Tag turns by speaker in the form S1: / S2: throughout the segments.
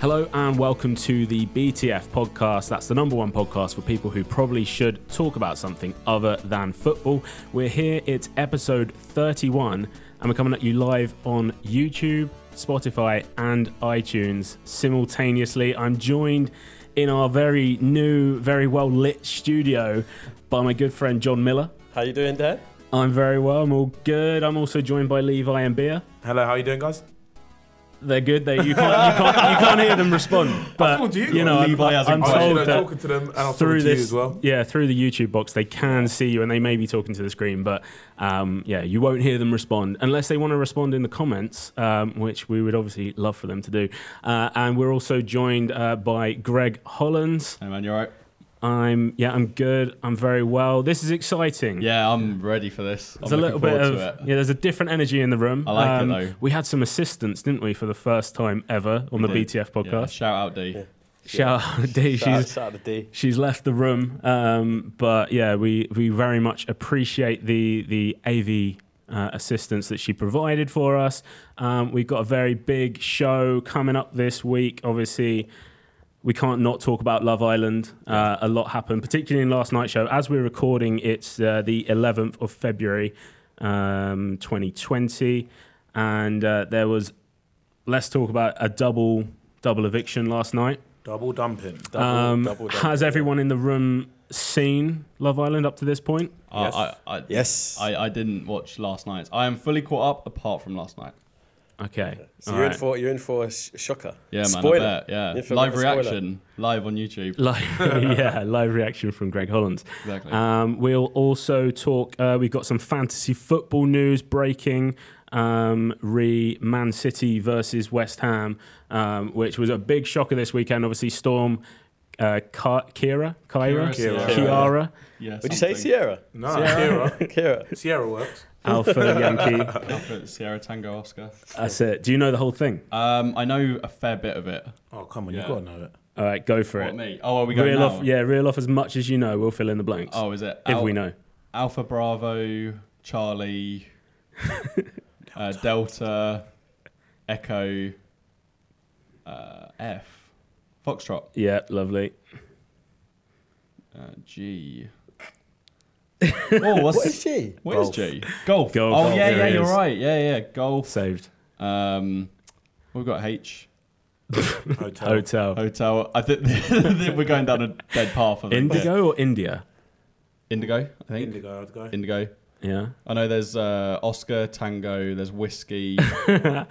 S1: Hello and welcome to the BTF podcast. That's the number one podcast for people who probably should talk about something other than football. We're here, it's episode 31, and we're coming at you live on YouTube, Spotify, and iTunes simultaneously. I'm joined in our very new, very well lit studio by my good friend John Miller.
S2: How you doing, Dan?
S1: I'm very well, I'm all good. I'm also joined by Levi and Beer.
S3: Hello, how you doing, guys?
S1: They're good. They, you, can't, you, can't, you can't hear them respond. But
S3: thought you
S1: you,
S3: got
S1: know, I'm,
S2: Levi as a
S1: I'm
S2: guy.
S3: I was, you
S1: told
S3: know,
S1: that
S3: talking to them, and I'll talk
S1: through
S3: to
S1: this,
S3: you as well.
S1: yeah, through the YouTube box, they can see you and they may be talking to the screen, but um, yeah, you won't hear them respond unless they want to respond in the comments, um, which we would obviously love for them to do. Uh, and we're also joined uh, by Greg Hollands.
S2: Hey man, you alright?
S1: I'm yeah, I'm good. I'm very well. This is exciting.
S2: Yeah, I'm ready for this. I'm
S1: There's a little
S2: looking
S1: bit
S2: forward
S1: of
S2: to it.
S1: yeah. There's a different energy in the room. Um,
S2: I like it, though.
S1: We had some assistance, didn't we, for the first time ever on the
S2: did.
S1: BTF
S2: Yeah,
S1: podcast?
S2: shout out D.
S1: Shout out, Dave.
S4: Shout out,
S1: She's
S4: shout out to D.
S1: she's left the room. Um, but yeah, we we very much appreciate the the AV. Uh, assistance that she provided for us. Um, we've got a very big show coming up this week. Obviously, we can't not talk about Love Island. Uh, a lot happened, particularly in last night's show. As we're recording, it's uh, the 11th of February, um, 2020, and uh, there was. Let's talk about a double double eviction last night.
S3: Double dumping.
S4: Double,
S1: Um,
S4: double, double.
S1: has everyone in the room seen Love Island up to this point?
S2: Uh,
S3: Yes.
S2: I, I,
S4: Yes.
S2: I, I didn't watch last night's. I am fully caught up apart from last night.
S1: Okay.
S4: so
S1: all
S4: you're in
S1: right.
S4: for you're in for a sh- shocker.
S2: Yeah, man.
S4: Spoiler.
S2: I bet. Yeah.
S4: You're in for a bit
S2: live
S4: of a spoiler.
S2: reaction, live on YouTube.
S1: Live, yeah, live reaction from Greg Holland.
S2: Exactly.
S1: Um, we'll also talk. Uh, we've got some fantasy football news breaking. Um, re Man City versus West Ham, um, which was a big shocker this weekend. Obviously, Storm, uh, Ka- Kira, Kyra,
S2: Kira, Kira.
S1: Kiara,
S2: yeah.
S4: Would you say
S2: something.
S4: Sierra?
S3: No, Sierra.
S4: Sierra.
S3: Sierra works.
S1: Alpha Yankee.
S2: Alpha, Sierra Tango Oscar.
S1: That's it. Do you know the whole thing?
S2: Um, I know a fair bit of it.
S3: Oh, come on,
S2: Yeah.
S3: you got to know it.
S1: All right, go for
S2: What
S1: it.
S2: me? Oh, are we going
S1: Reel
S2: now?
S1: off, yeah, reel off as much as you know. We'll fill in the blanks.
S2: Oh, is it?
S1: if
S2: Al-
S1: we know.
S2: Alpha Bravo, Charlie, uh, Delta, Echo, uh, F, Foxtrot,
S1: Yeah, lovely.
S2: uh, G. Oh, what's
S4: What is she?
S2: what is
S3: Golf.
S2: G? Golf.
S1: Golf.
S2: Oh yeah,
S1: There
S2: yeah,
S1: it
S2: you're
S1: is.
S2: right. Yeah, yeah, golf.
S1: Saved.
S2: Um, we've got H
S3: Hotel.
S1: Hotel.
S2: hotel. I think we're going down a dead path. I think. Yeah.
S1: Indigo or India?
S2: Indigo. I think. Indigo.
S3: Indigo. I'd go.
S1: Yeah.
S2: I know there's uh, Oscar Tango. There's whiskey.
S1: All right,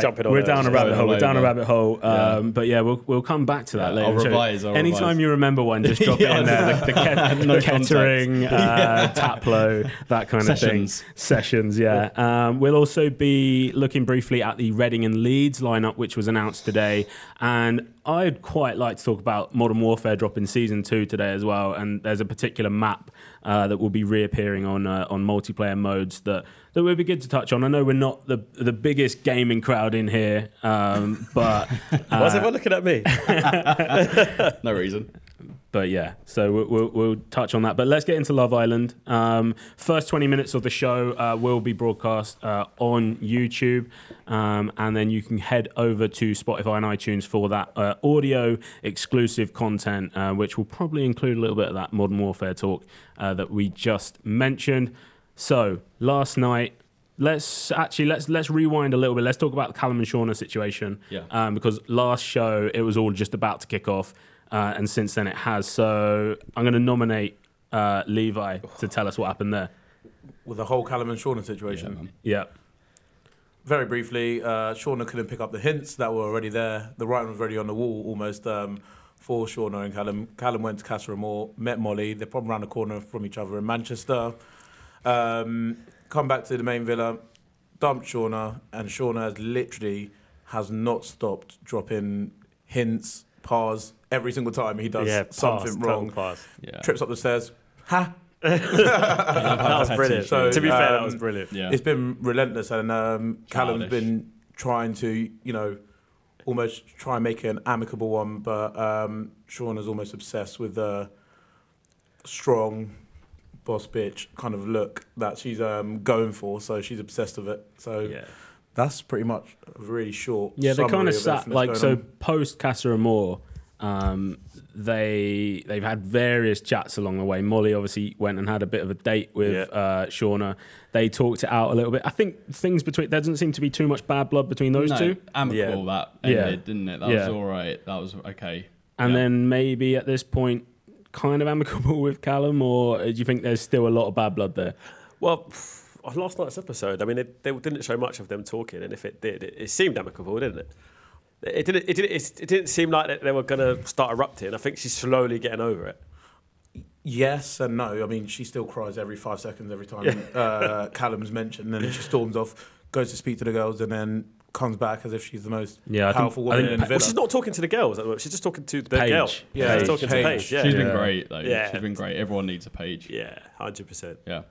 S4: jumping on
S1: we're
S4: those.
S1: down a
S4: Just
S1: rabbit
S2: going
S1: hole.
S2: all
S1: We're down a
S2: over.
S1: rabbit hole. Um, But yeah, we'll, we'll come back to that
S2: Yeah,
S1: later.
S2: I'll
S1: So
S2: revise, I'll
S1: anytime
S2: revise.
S1: you remember one, just drop it in there. The, the, ke-
S2: No
S1: the catering, uh, taplo, that kind
S2: Sessions.
S1: of thing. Sessions, yeah. Um, we'll also be looking briefly at the Reading and Leeds lineup, which was announced today. And I'd quite like to talk about Modern Warfare dropping season two today as well. And there's a particular map uh, that will be reappearing on uh, on multiplayer modes that that would be good to touch on. I know we're not the the biggest gaming crowd in here, um, but
S4: Why
S2: Uh,
S4: is everyone looking at me?
S2: no reason.
S1: but yeah, so we'll, we'll, we'll touch on that. But let's get into Love Island. Um, first 20 minutes of the show uh, will be broadcast uh, on YouTube. Um, and then you can head over to Spotify and iTunes for that uh, audio exclusive content, uh, which will probably include a little bit of that Modern Warfare talk uh, that we just mentioned. So last night, let's actually let's let's rewind a little bit. Let's talk about the Callum and Shauna situation.
S2: Yeah.
S1: Um, because last show it was all just about to kick off, uh, and since then it has. So I'm going to nominate uh, Levi to tell us what happened there.
S3: With the whole Callum and Shauna
S2: Yeah,
S3: situation.
S2: man.
S1: Yeah.
S3: Very briefly, uh, Shauna couldn't pick up the hints that were already there. The writing was already on the wall almost um, for Shauna and Callum. Callum went to Casa Amor, met Molly. They're probably around the corner from each other in Manchester. Um, come back to the main villa, dumped Shauna, and Shauna has literally has not stopped dropping hints, pars every single time he does
S4: Yeah, pass,
S3: something
S4: total
S3: wrong.
S4: pass.
S2: Yeah.
S3: Trips up the stairs. Ha!
S4: That was brilliant.
S3: So,
S4: to be fair, that
S3: um,
S4: was brilliant.
S2: Yeah.
S3: It's been relentless, and um, Callum's
S2: Childish.
S3: been trying to, you know, almost try and make an amicable one, but um, Sean is almost obsessed with the strong boss bitch kind of look that she's um, going for, so she's obsessed with it. So
S1: Yeah.
S3: that's pretty much a really short.
S1: Yeah, they
S3: summary
S1: kind of
S3: everything
S1: sat
S3: that's
S1: like
S3: going
S1: so
S3: on.
S1: post Casa Amor. Um, they they've had various chats along the way. Molly obviously went and had a bit of a date with
S3: Yeah.
S1: uh, Shauna. They talked it out a little bit. I think things between there doesn't seem to be too much bad blood between those
S2: no,
S1: two.
S2: amicable that
S1: Yeah.
S2: ended, didn't it? That
S1: Yeah.
S2: was all right. That was okay.
S1: And
S2: Yeah.
S1: then maybe at this point, kind of amicable with Callum, or do you think there's still a lot of bad blood there?
S5: Well, pff, on last night's episode, I mean, it, they didn't show much of them talking, and if it did, it, it seemed amicable, didn't it? It didn't. It didn't. It, it didn't seem like that they were going to start erupting. I think she's slowly getting over it.
S3: Yes and no. I mean, she still cries every five seconds every time uh, Callum's mentioned, and then she storms off, goes to speak to the girls, and then comes back as if she's the most
S1: Yeah, I think-
S3: powerful
S1: I
S3: woman
S1: think
S3: in the
S1: Pa-
S5: Well,
S3: villa.
S5: she's not talking to the girls at the moment. She's just talking to the
S1: Paige.
S5: girl.
S3: Yeah,
S5: she's talking
S3: Paige.
S5: to Paige. Yeah,
S2: She's
S1: Yeah.
S2: been great though.
S5: Yeah.
S2: She's been great. Everyone needs a page.
S5: yeah, hundred percent.
S2: Yeah.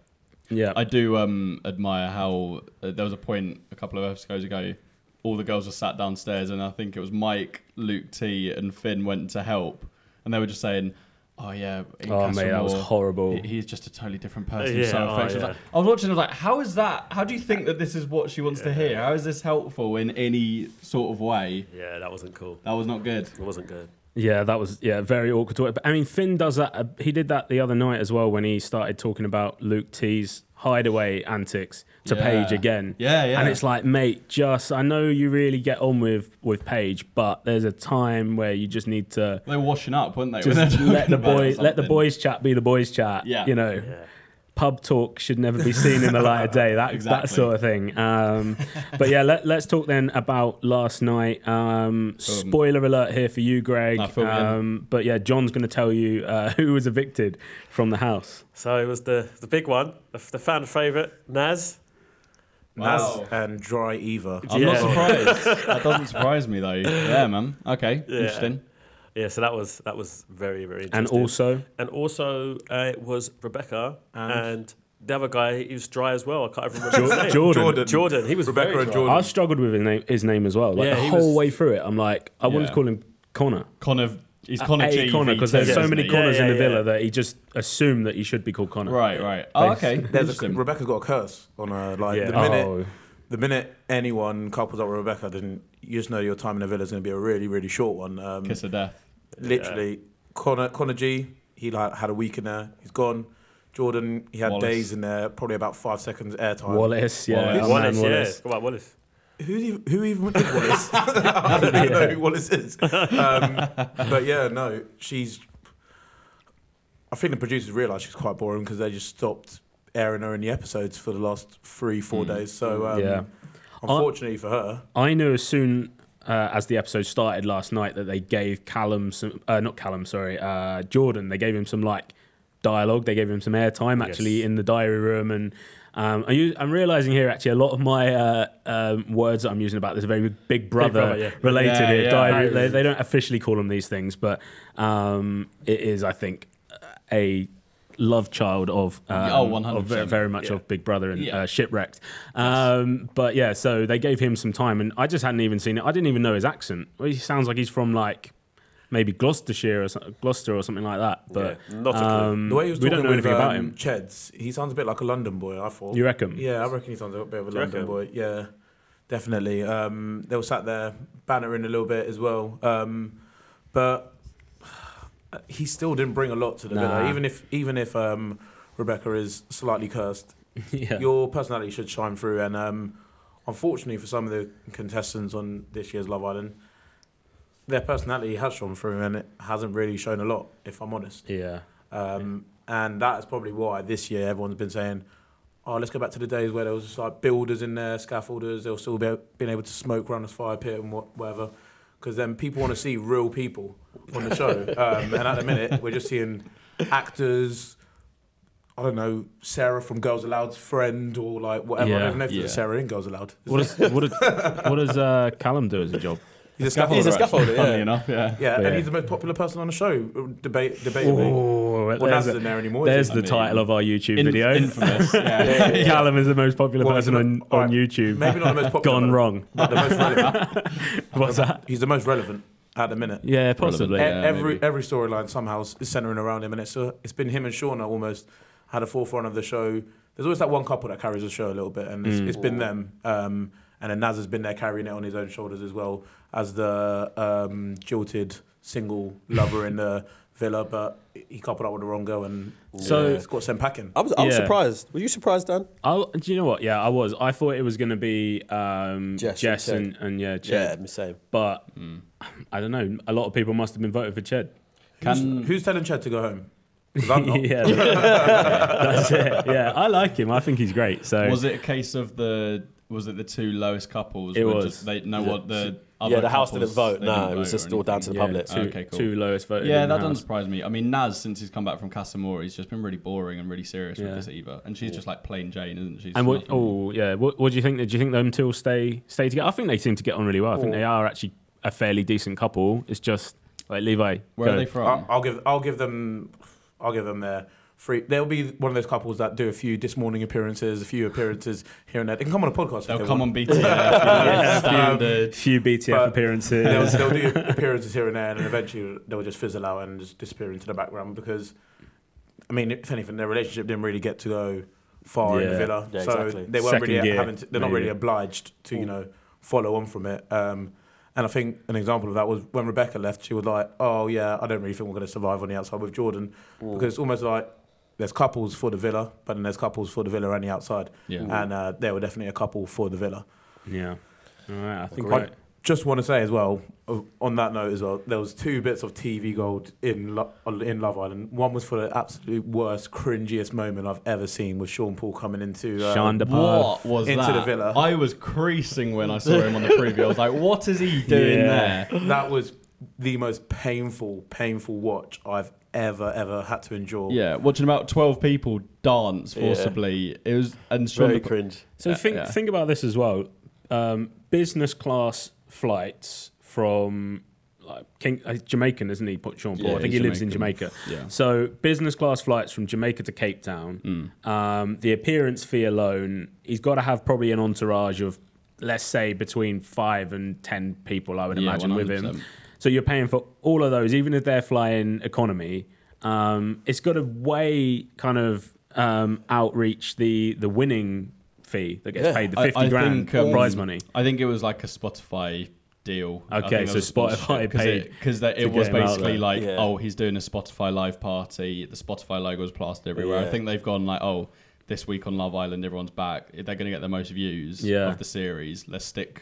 S1: Yeah,
S2: I do um, admire how uh, there was a point a couple of episodes ago, all the girls were sat downstairs, and I think it was Mike, Luke T, and Finn went to help, and they were just saying, "Oh yeah, Ian
S1: Oh, mate, that was
S2: Castlemore,
S1: horrible.
S2: he- He's just a totally different person.
S5: Yeah,
S2: so
S5: oh,
S2: affectionate." I, was
S5: yeah.
S2: like- I was watching. I was like, "How is that? How do you think that this is what she wants to hear? How is this helpful in any sort of way?"
S5: Yeah, that wasn't cool.
S2: That was not good.
S5: It wasn't good.
S1: Yeah, that was yeah very awkward. To but I mean, Finn does that. Uh, he did that the other night as well when he started talking about Luke T's hideaway antics to
S2: Yeah.
S1: Paige again.
S2: Yeah, yeah.
S1: And it's like, mate, just I know you really get on with with Paige, but there's a time where you just need to
S2: They were washing up, weren't they? when
S1: just
S2: they were
S1: let the
S2: talking about
S1: boy let the
S2: something?
S1: boys chat be the boys chat.
S2: Yeah.
S1: you know. Pub talk should never be seen in the light of day. That
S2: Exactly.
S1: that sort of thing. Um, but yeah, let, let's talk then about last night. Um, spoiler alert here for you, Greg.
S2: I feel you.
S1: Um, but yeah, John's going to tell you uh, who was evicted from the house.
S5: So it was the the big one, the, the fan favorite Naz.
S3: Naz
S2: Wow.
S3: and Dry Eva.
S2: I'm
S5: Yeah.
S2: not surprised. that doesn't surprise me though. Yeah, man. Okay.
S5: Yeah.
S2: Interesting.
S5: Yeah, so that was that was very very interesting.
S1: And also,
S5: and also uh, it was Rebecca
S3: And-
S5: and, the other guy. He was dry as well. I can't even remember his name.
S1: Jordan.
S5: Jordan, he was
S3: Rebecca
S5: very
S3: and
S5: dry.
S3: Jordan.
S1: I struggled with his name, his name as well. Like
S5: Yeah,
S1: the
S5: he
S1: whole
S5: was-
S1: way through it, I'm like, I wanted to
S2: Yeah.
S1: connor call him Connor.
S2: Connor. He's Connor
S1: A
S2: G.
S1: Connor, because there's
S5: Yeah,
S1: so
S5: isn't
S1: many
S5: he?
S1: Connors
S5: Yeah,
S1: in the
S5: yeah,
S1: villa
S5: yeah.
S1: that he just assumed that he should be called Connor.
S2: Right, right. Oh, okay.
S3: There's a,
S2: Interesting.
S3: Rebecca got a curse on her. Like
S5: Yeah.
S3: the minute,
S1: Oh,
S3: the minute anyone couples up with Rebecca, then you just know your time in the villa is going to be a really, really short one. Um,
S2: Kiss of death.
S3: literally, Connor, Connor G. He like had a week in there. He's gone. Jordan, he had
S2: Wallace.
S3: days in there, probably about five seconds airtime.
S1: Wallace. Yeah,
S2: Wallace.
S1: our man
S5: Wallace,
S1: Wallace.
S5: yeah. Come on, Wallace.
S3: Who, do you- who even is Wallace? I don't even know who Wallace is. Um, but yeah, no, she's. I think the producers realised she's quite boring because they just stopped airing her in the episodes for the last three, four days. So um,
S1: Hmm. Yeah.
S3: unfortunately for her,
S1: I knew as soon uh, as the episode started last night that they gave Callum some, uh, not Callum, sorry, uh, Jordan. They gave him some like dialogue. They gave him some airtime actually
S5: Yes.
S1: in the diary room, and um, I use, I'm realizing here actually a lot of my uh, um, words that I'm using about this are very Big Brother,
S5: Brother, yeah.
S1: related.
S2: Yeah,
S1: here.
S2: yeah.
S1: Diary, they, they don't officially call them these things, but um, it is, I think, a love child of, um,
S2: Oh,
S1: of
S2: 100%.
S1: very, very much
S5: Yeah.
S1: of Big Brother and
S2: Yeah.
S1: uh, shipwrecked. Um, but yeah, so they gave him some time, and I just hadn't even seen it. I didn't even know his accent. Well, he sounds like he's from like maybe Gloucestershire or so- Gloucester or something like that. But
S5: Yeah, not a clue.
S1: um,
S3: the way he was
S1: we don't
S3: talking
S1: know
S3: with,
S1: anything about
S3: um,
S1: him.
S3: Cheds, he sounds a bit like a London boy. I thought.
S1: You reckon?
S3: Yeah, I reckon he sounds a bit of a
S5: you
S3: London
S5: reckon?
S3: boy. Yeah, definitely. Um, they were sat there bantering a little bit as well, um, but he still didn't bring a lot to the
S1: Nah.
S3: villa. Even if even if um, Rebecca is slightly cursed,
S1: yeah.
S3: your personality should shine through. And um, unfortunately, for some of the contestants on this year's Love Island, their personality has shone through, and it hasn't really shown a lot. If I'm honest.
S1: Yeah.
S3: Um, and that's probably why this year everyone's been saying, oh, let's go back to the days where there was just like builders in there, scaffolders, they'll still be being able to smoke around this fire pit and what, whatever. Because then people want to see real people on the show. um, and at the minute, we're just seeing actors. I don't know, Sarah from Girls Aloud's friend or like whatever. I
S1: Yeah,
S3: don't know if there's a
S2: yeah.
S3: Sarah in Girls Aloud.
S1: What does what does, what does uh, Callum do as a job?
S3: He's a
S4: He's a
S3: scaffolder.
S4: scaffolder,
S2: Funnily
S4: yeah.
S2: enough, yeah.
S3: Yeah,
S1: But
S3: and
S1: yeah.
S3: he's the most popular person on the show, uh, debate, debatably.
S1: Oh,
S3: well,
S1: there's,
S3: Naz isn't there anymore. is
S1: there's
S3: he?
S1: the
S2: I mean,
S1: title of our YouTube
S2: Inf-
S1: video.
S2: Infamous. Yeah.
S1: Callum is the most popular
S3: Well,
S1: person
S3: he's
S1: on,
S3: not-
S1: on
S3: alright,
S1: YouTube.
S3: Maybe not the most popular.
S1: Gone
S3: but-
S1: wrong.
S3: but the most relevant.
S1: What's that?
S3: He's the most relevant at the minute.
S1: Yeah, possibly.
S3: E-
S2: Yeah,
S3: every
S2: maybe.
S3: every storyline somehow is centering around him, and it's uh, it's been him and Shauna almost
S1: Mm.
S3: had a forefront of the show. There's always that one couple that carries the show a little bit, and it's, it's been them. Um, And then Naz has been there carrying it on his own shoulders as well as the um, jilted single lover in the Villa, but he coupled up with the wrong girl and
S1: So-
S3: it's got sent packing.
S4: I was, I was
S1: Yeah.
S4: surprised. Were you surprised, Dan?
S1: I, do you know what? Yeah, I was. I thought it was going to be um, Jess,
S4: Jess and
S1: and, and yeah, Ched.
S4: Yeah, same.
S1: But
S2: Hmm.
S1: I don't know. A lot of people must have been voting for Ched.
S2: Can
S3: Who's telling Chad to go home? 'Cause I'm not.
S1: yeah, that's it. Yeah, I like him. I think he's great. So
S2: was it a case of the was it the two lowest couples?
S1: It
S2: were
S1: was.
S2: just- they know what the other
S5: yeah, the house
S2: couples,
S5: didn't vote.
S2: they
S5: No,
S2: didn't
S5: it was
S2: vote or
S5: just all down to
S2: anything.
S5: the
S1: yeah,
S5: public.
S1: Two,
S2: Okay, cool.
S1: two lowest voted.
S2: Yeah,
S1: in
S2: that
S1: the
S2: doesn't
S1: house.
S2: surprise me. I mean, Naz since he's come back from Casamore, he's just been really boring and really serious
S1: Yeah.
S2: with this Eva, and she's just like plain Jane, isn't she?
S1: And what?
S2: Nothing-
S1: Oh, yeah. What, what do you think? Do you think them two will stay stay together? I think they seem to get on really well. I
S2: Oh.
S1: think they are actually a fairly decent couple. It's just like Levi.
S2: where
S1: go.
S2: are they
S3: I'll,
S2: from?
S3: I'll give I'll give them I'll give them their free. They'll be one of those couples that do a few this morning appearances, a few appearances here and there. They can come on a podcast. if
S2: They'll
S3: they
S2: come
S3: want.
S2: on BT. yeah, standard.
S1: Few BTF
S3: But-
S1: appearances.
S3: They'll, they'll do appearances here and there, and eventually they'll just fizzle out and just disappear into the background because, I mean, if anything, their relationship didn't really get to go far in the
S1: Yeah.
S3: villa,
S5: Yeah,
S3: so
S5: exactly.
S3: they weren't
S1: Second
S3: really
S1: gear,
S3: having. To, they're not
S1: maybe.
S3: really obliged to you know follow on from it. Um, and I think an example of that was when Rebecca left. She was like, "Oh yeah, I don't really think we're going to survive on the outside with Jordan because it's almost like." There's couples for the villa, but then there's couples for the villa and the outside.
S2: Yeah.
S3: And uh, they were definitely a couple for the villa.
S1: Yeah. All right. I think.
S3: I just want to say as well, uh, on that note as well, there was two bits of TV gold in Lo- in Love Island. One was for the absolute worst, cringiest moment I've ever seen with Sean Paul coming into uh,
S1: Sean Depard.
S2: What was
S3: Into the
S2: that?
S3: villa.
S2: I was creasing when I saw him on the preview. I was like, "What is he doing
S1: Yeah.
S2: there?"
S3: That was the most painful, painful watch I've ever, ever had to endure.
S2: Yeah, watching about twelve people dance forcibly. It was and Sean
S5: Very
S2: Dep-
S5: cringe.
S1: So
S2: Yeah,
S1: think
S2: yeah.
S1: think about this as well. Um, business class flights from like King, uh, Jamaican, isn't he? Put Sean Paul.
S2: Yeah,
S1: I think he
S2: he's
S1: lives in Jamaica.
S2: Jamaican. Yeah.
S1: So business class flights from Jamaica to Cape Town.
S2: Mm.
S1: Um, the appearance fee alone, he's got to have probably an entourage of, let's say, between five and ten people. I would
S2: Yeah,
S1: imagine with him.
S2: 100%.
S1: So you're paying for all of those, even if they're flying economy. Um, it's got to way kind of um, outreach the the winning fee that gets
S4: Yeah.
S1: paid, the fifty grand uh,
S2: um,
S1: prize money.
S2: I think it was like a Spotify deal. I
S1: Okay,
S2: think that
S1: so
S2: was a
S1: Spotify
S2: sponsorship,
S1: paid
S2: because it,
S1: to
S2: was
S1: get him out
S2: basically
S1: there.
S2: like,
S5: Yeah.
S2: oh, he's doing a Spotify live party. The Spotify logo was plastered everywhere. I
S5: Yeah.
S2: think they've gone like, oh, this week on Love Island, everyone's back. They're going to get the most views
S1: Yeah.
S2: of the series. Let's stick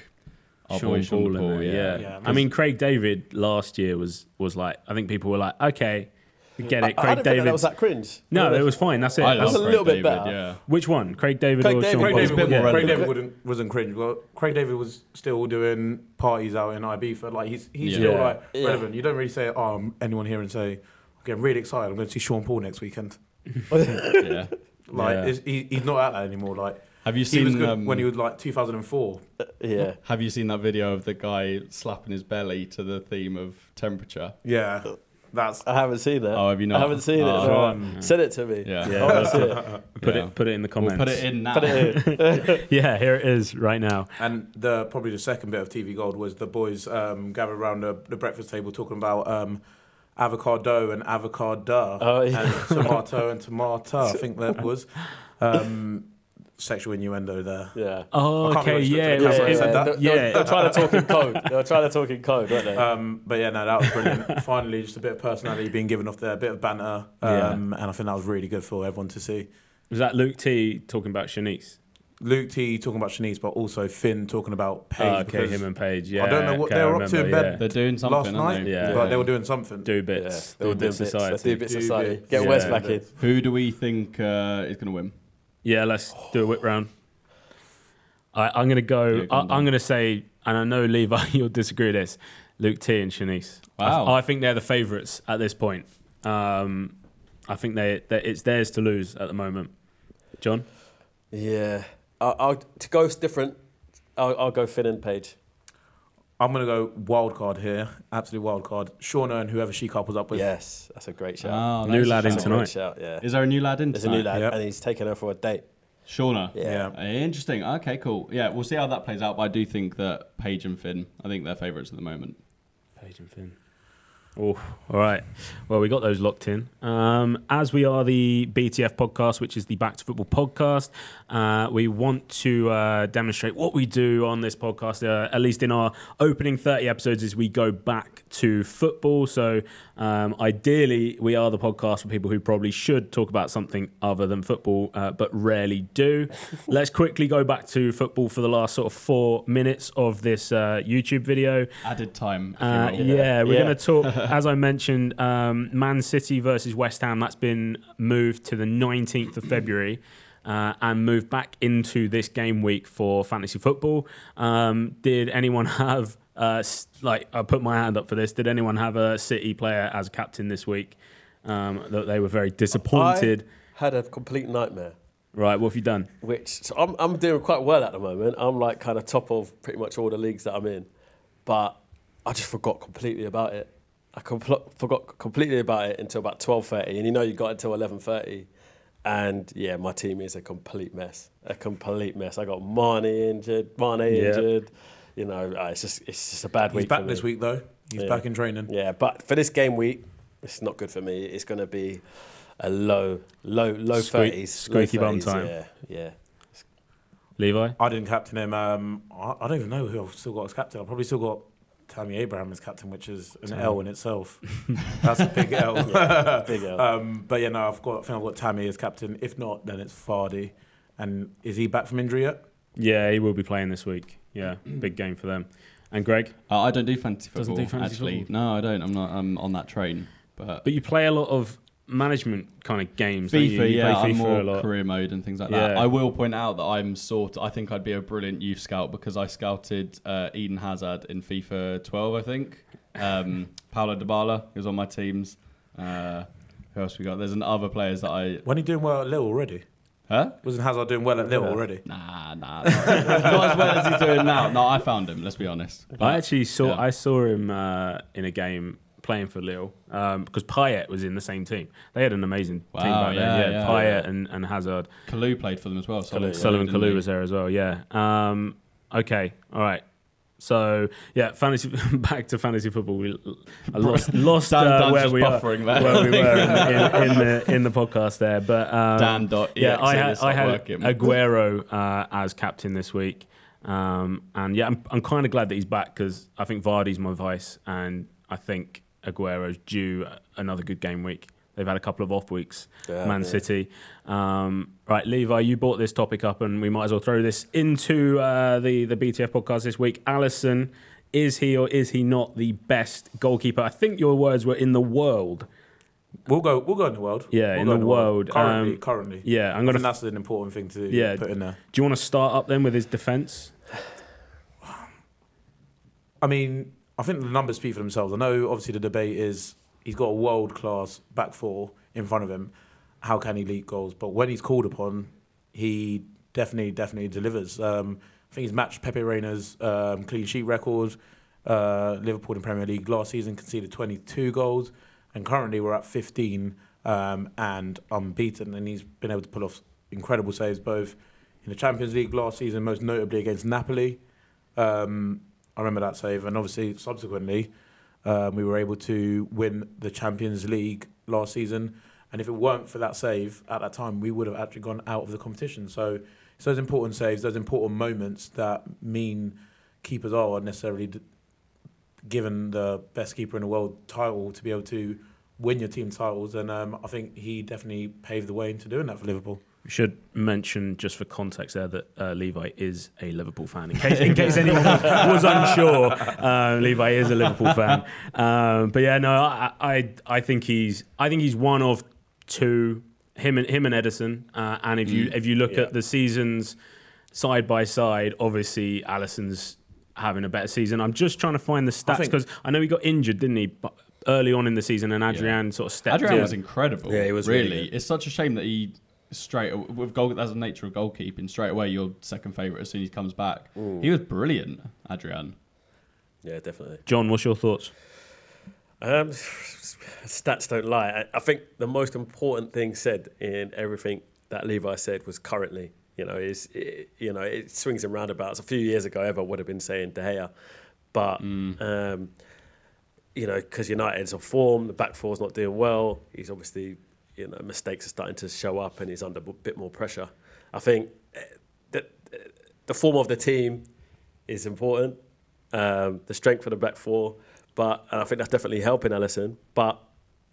S2: our
S1: Sean
S2: boy Sean
S1: Paul in
S2: Paul,
S1: there, yeah.
S3: Yeah,
S1: I mean, Craig David last year was was like, I think people were like, okay, we get
S5: I,
S1: it.
S5: I
S1: Craig
S5: didn't think
S1: David.
S5: that was that cringe.
S1: no, it was fine. That's it.
S2: I
S1: That's-
S2: love
S5: a
S2: Craig
S5: little bit
S2: David,
S5: better.
S2: Yeah.
S1: which one? Craig David
S5: Craig
S1: or
S5: David.
S1: Sean
S3: Craig
S1: Paul?
S2: It's a bit
S3: David,
S2: more
S3: Craig
S2: relevant.
S3: David wouldn't, wasn't cringe. Well, Craig David was still doing parties out in Ibiza. Like he's he's
S2: Yeah.
S3: still
S1: Yeah.
S3: like
S5: Yeah.
S3: relevant. You don't really say, "Oh, I'm anyone here," and say, "Okay, I'm really excited. I'm going to see Sean Paul next weekend."
S2: yeah.
S3: Like
S1: Yeah.
S3: it's- he, he's not at that anymore. Like
S2: Have you
S3: he
S2: seen
S3: was good
S2: um,
S3: when he was like 2004.
S5: Yeah.
S2: Have you seen that video of the guy slapping his belly to the theme of temperature?
S3: Yeah, that's
S5: I haven't seen that.
S2: Oh, have you not?
S5: I haven't seen it.
S2: Oh.
S5: no. Send it to me. I
S2: Yeah.
S5: wanna see it.
S1: Put
S2: Yeah.
S1: it put it in the
S2: We'll
S1: comments.
S2: put it in now.
S5: Put it in.
S1: Yeah, here it is right now.
S3: And the probably the second bit of TV gold was the boys um, gathered around the, the breakfast table talking about um, avocado and avocado
S5: Oh, yeah.
S3: and tomato and tomato. I think that was um, sexual innuendo there.
S5: Yeah.
S1: Oh,
S3: I can't
S1: okay,
S3: remember
S1: yeah, it
S3: if the
S5: Yeah, yeah,
S1: was,
S3: camera
S1: it-
S3: said
S5: yeah.
S3: that.
S5: They- they-
S1: yeah.
S5: They were trying to talk in code. They were trying to talk in code, weren't they?
S3: Um, but yeah, no, that was brilliant. Finally, just a bit of personality being given off there, a bit of banter,
S1: Yeah.
S3: um, and I think that was really good for everyone to see.
S1: was that Luke T talking about Shanice?
S3: Luke T talking about Shanice, but also Finn talking about Paige.
S1: Oh, okay,
S3: because
S1: him and Paige. Yeah,
S3: I don't know what
S1: okay,
S3: they
S1: I
S3: were up to in
S1: remember,
S3: bed.
S1: yeah.
S2: They're doing something,
S3: last
S2: aren't
S3: night,
S2: they?
S1: Yeah.
S3: but they were doing something.
S1: Do
S5: Yeah,
S1: bits,
S5: they were
S1: do
S5: doing
S1: bits
S5: bits. Let's
S1: society.
S5: Do bits
S3: Do
S5: society.
S3: bits.
S5: Get
S1: Yeah.
S5: Wes back in.
S2: Who do we think uh, is going to win?
S1: Yeah, let's do a whip round. I, I'm gonna go.
S2: Yeah, go
S1: I,
S2: on, Dan.
S1: I'm gonna say, and I know Levi, you'll disagree with this. Luke T and Shanice.
S2: Wow.
S1: I, I think they're the favourites at this point. Um, I think they, they it's theirs to lose at the moment. John,
S5: Yeah. I'll, I'll, to go s- different, I'll, I'll go Finn and Paige.
S3: I'm gonna go wild card here, absolute wild card. Shauna and whoever she couples up with.
S5: Yes. Ah. That's a great shout.
S2: Oh,
S1: new
S2: that's
S1: lad in
S5: That's a
S2: interesting.
S1: tonight.
S5: great shout, yeah.
S2: Is there a new lad in
S5: There's a new
S2: tonight?
S5: lad,
S3: Yep.
S5: and he's taking her for a date.
S2: Shauna.
S5: Yeah.
S3: Yeah.
S2: Uh, Interesting. Okay, cool. Yeah, we'll see how that plays out. But I do think that Paige and Finn, I think they're favourites at the moment.
S1: Paige and Finn. Oh, all right. Well, we got those locked in. Um, as we are the BTF podcast, which is the Back to Football podcast, uh, we want to uh, demonstrate what we do on this podcast, uh, at least in our opening 30 episodes, as we go back to football. So, um, ideally, we are the podcast for people who probably should talk about something other than football, uh, but rarely do. Let's quickly go back to football for the last sort of four minutes of this uh, YouTube video.
S2: Added time. if you
S1: Uh,
S2: will.
S1: yeah, we're
S4: Yeah.
S1: going to talk, as I mentioned, um, Man City versus West Ham. That's been moved to the 19th of February uh, and moved back into this game week for fantasy football. Um, did anyone have, uh, s- like, I put my hand up for this. Did anyone have a City player as captain this week um, that they were very disappointed?
S5: Had a complete nightmare.
S1: Right, what have you done?
S5: which so I'm, I'm doing quite well at the moment. I'm like kind of top of pretty much all the leagues that I'm in, but I just forgot completely about it. I compl- forgot completely about it until about twelve thirty, and you know you got until eleven thirty, and yeah, my team is a complete mess, a complete mess. I got Marnie injured, Mane
S1: Yeah.
S5: injured. You know, uh, it's just it's just a bad
S3: He's
S5: week.
S3: back
S5: for me.
S3: this week though. He's
S5: Yeah.
S3: back in training.
S5: Yeah, but for this game week, it's not good for me. It's going to be a low, low, low
S1: Squeak-
S5: thirties,
S1: squeaky bum time.
S5: Yeah, yeah.
S1: Levi?
S3: I didn't captain him. Um, I, I don't even know who I've still got as captain. I've probably still got Tammy Abraham as captain, which is an L in itself. That's a big L.
S5: Big L.
S3: Um, but yeah, no, I've got. I think I've got Tammy as captain. If not, then it's Fardy. And is he back from injury yet?
S1: Yeah, he will be playing this week. Yeah, big game for them. And Greg?
S2: Uh, I don't do fantasy
S1: Doesn't
S2: football.
S1: do fantasy
S2: actually.
S1: football.
S2: No, I don't. I'm not. I'm on that train. But,
S1: But you play a lot of management kind of games. don't you?
S2: FIFA,
S1: You
S2: yeah,
S1: play
S2: I'm
S1: FIFA a
S2: more
S1: lot.
S2: career mode and things like that.
S1: Yeah.
S2: I will point out that I'm sort. I think I'd be a brilliant youth scout because I scouted uh, Eden Hazard in FIFA 12. I think um, Paulo Dybala he was on my teams. Uh, who else we got? There's an other players that I.
S3: When he doing well at Lille already?
S2: Huh?
S3: Wasn't Hazard doing well at Lille already?
S2: Nah, nah, not, not as well as he's doing now. No, I found him. Let's be honest.
S1: I actually saw
S2: yeah.
S1: I saw him uh, in a game playing for Lille um, because Payet was in the same team. They had an amazing team
S2: Wow,
S1: back
S2: yeah,
S1: then. Yeah,
S2: yeah,
S1: Payet And, and Hazard,
S2: Kalu played for them as well. Solomon
S1: Sullivan
S2: didn't
S1: Kalou
S2: he?
S1: was there as well. Yeah. Um, okay. All right. So yeah, fantasy. Back to fantasy football. We I lost lost
S2: Dan-
S1: uh,
S2: Dan's
S1: where
S2: just
S1: we are,
S2: buffering there.
S1: where we were in, in, in the in the podcast there. But um,
S2: Dan dot
S1: yeah,
S2: EXE,
S1: I had,
S2: it's
S1: I
S2: not
S1: had
S2: working.
S1: Aguero uh, as captain this week, um, and yeah, I'm, I'm kind of glad that he's back because I think Vardy's my vice, and I think Aguero's due another good game week. They've had a couple of off weeks,
S5: Yeah,
S1: Man
S5: yeah.
S1: City. Um, right, Levi, you brought this topic up, and we might as well throw this into uh, the the BTF podcast this week. Allison, is he or is he not the best goalkeeper? I think your words were in the world.
S3: We'll go. We'll go in the world.
S1: Yeah,
S3: We'll
S1: in
S3: go
S1: the world,
S3: Currently,
S1: um,
S3: currently.
S1: Yeah, I'm
S3: I
S1: gonna.
S3: think that's an important thing to
S1: Yeah.
S3: put in there.
S1: do you want to start up then with his defense?
S3: I mean, I think the numbers speak for themselves. I know obviously the debate is he's got a world class back four in front of him. How can he leak goals? But when he's called upon, he definitely, definitely delivers. Um, I think he's matched Pepe Reina's um, clean sheet record. Uh, Liverpool in Premier League last season conceded 22 goals, and currently we're at 15 um, and unbeaten. And he's been able to pull off incredible saves both in the Champions League last season, most notably against Napoli. Um, I remember that save, and obviously subsequently, um, we were able to win the Champions League last season. And if it weren't for that save at that time, we would have actually gone out of the competition. So it's those important saves, those important moments that mean keepers are necessarily d- given the best keeper in the world title to be able to win your team titles. And um, I think he definitely paved the way into doing that for Liverpool.
S1: We should mention, just for context, there that uh, Levi is a Liverpool fan. In case, in case anyone was, was unsure, uh, Levi is a Liverpool fan. Um, but yeah, no, I, I, I think he's, I think he's one of two, him and him and Edison. Uh, and if you if you look
S5: Yeah.
S1: at the seasons side by side, obviously Allison's having a better season. I'm just trying to find the stats
S3: think-
S1: because I, know he got injured, didn't he? But early on in the season, and Adrian sort of stepped
S2: Adrian
S1: in.
S2: was incredible.
S5: Yeah, he was
S2: really.
S5: really good.
S2: it's such a shame that he straight aw- with goal as the nature of goalkeeping straight away your second favorite as soon as he comes back. He was brilliant, Adrian.
S5: Yeah, definitely.
S1: John, what's your thoughts?
S5: Um, stats don't lie. I, I think the most important thing said in everything that Levi said was currently. You know, is it, you know it swings and roundabouts. A few years ago, ever would have been saying De Gea, but um, you know, because United's on form, the back four's not doing well. He's obviously, you know, mistakes are starting to show up, and he's under a bit more pressure. I think eh, that eh, the form of the team is important, um, the strength of the back four, but and I think that's definitely helping Allison. But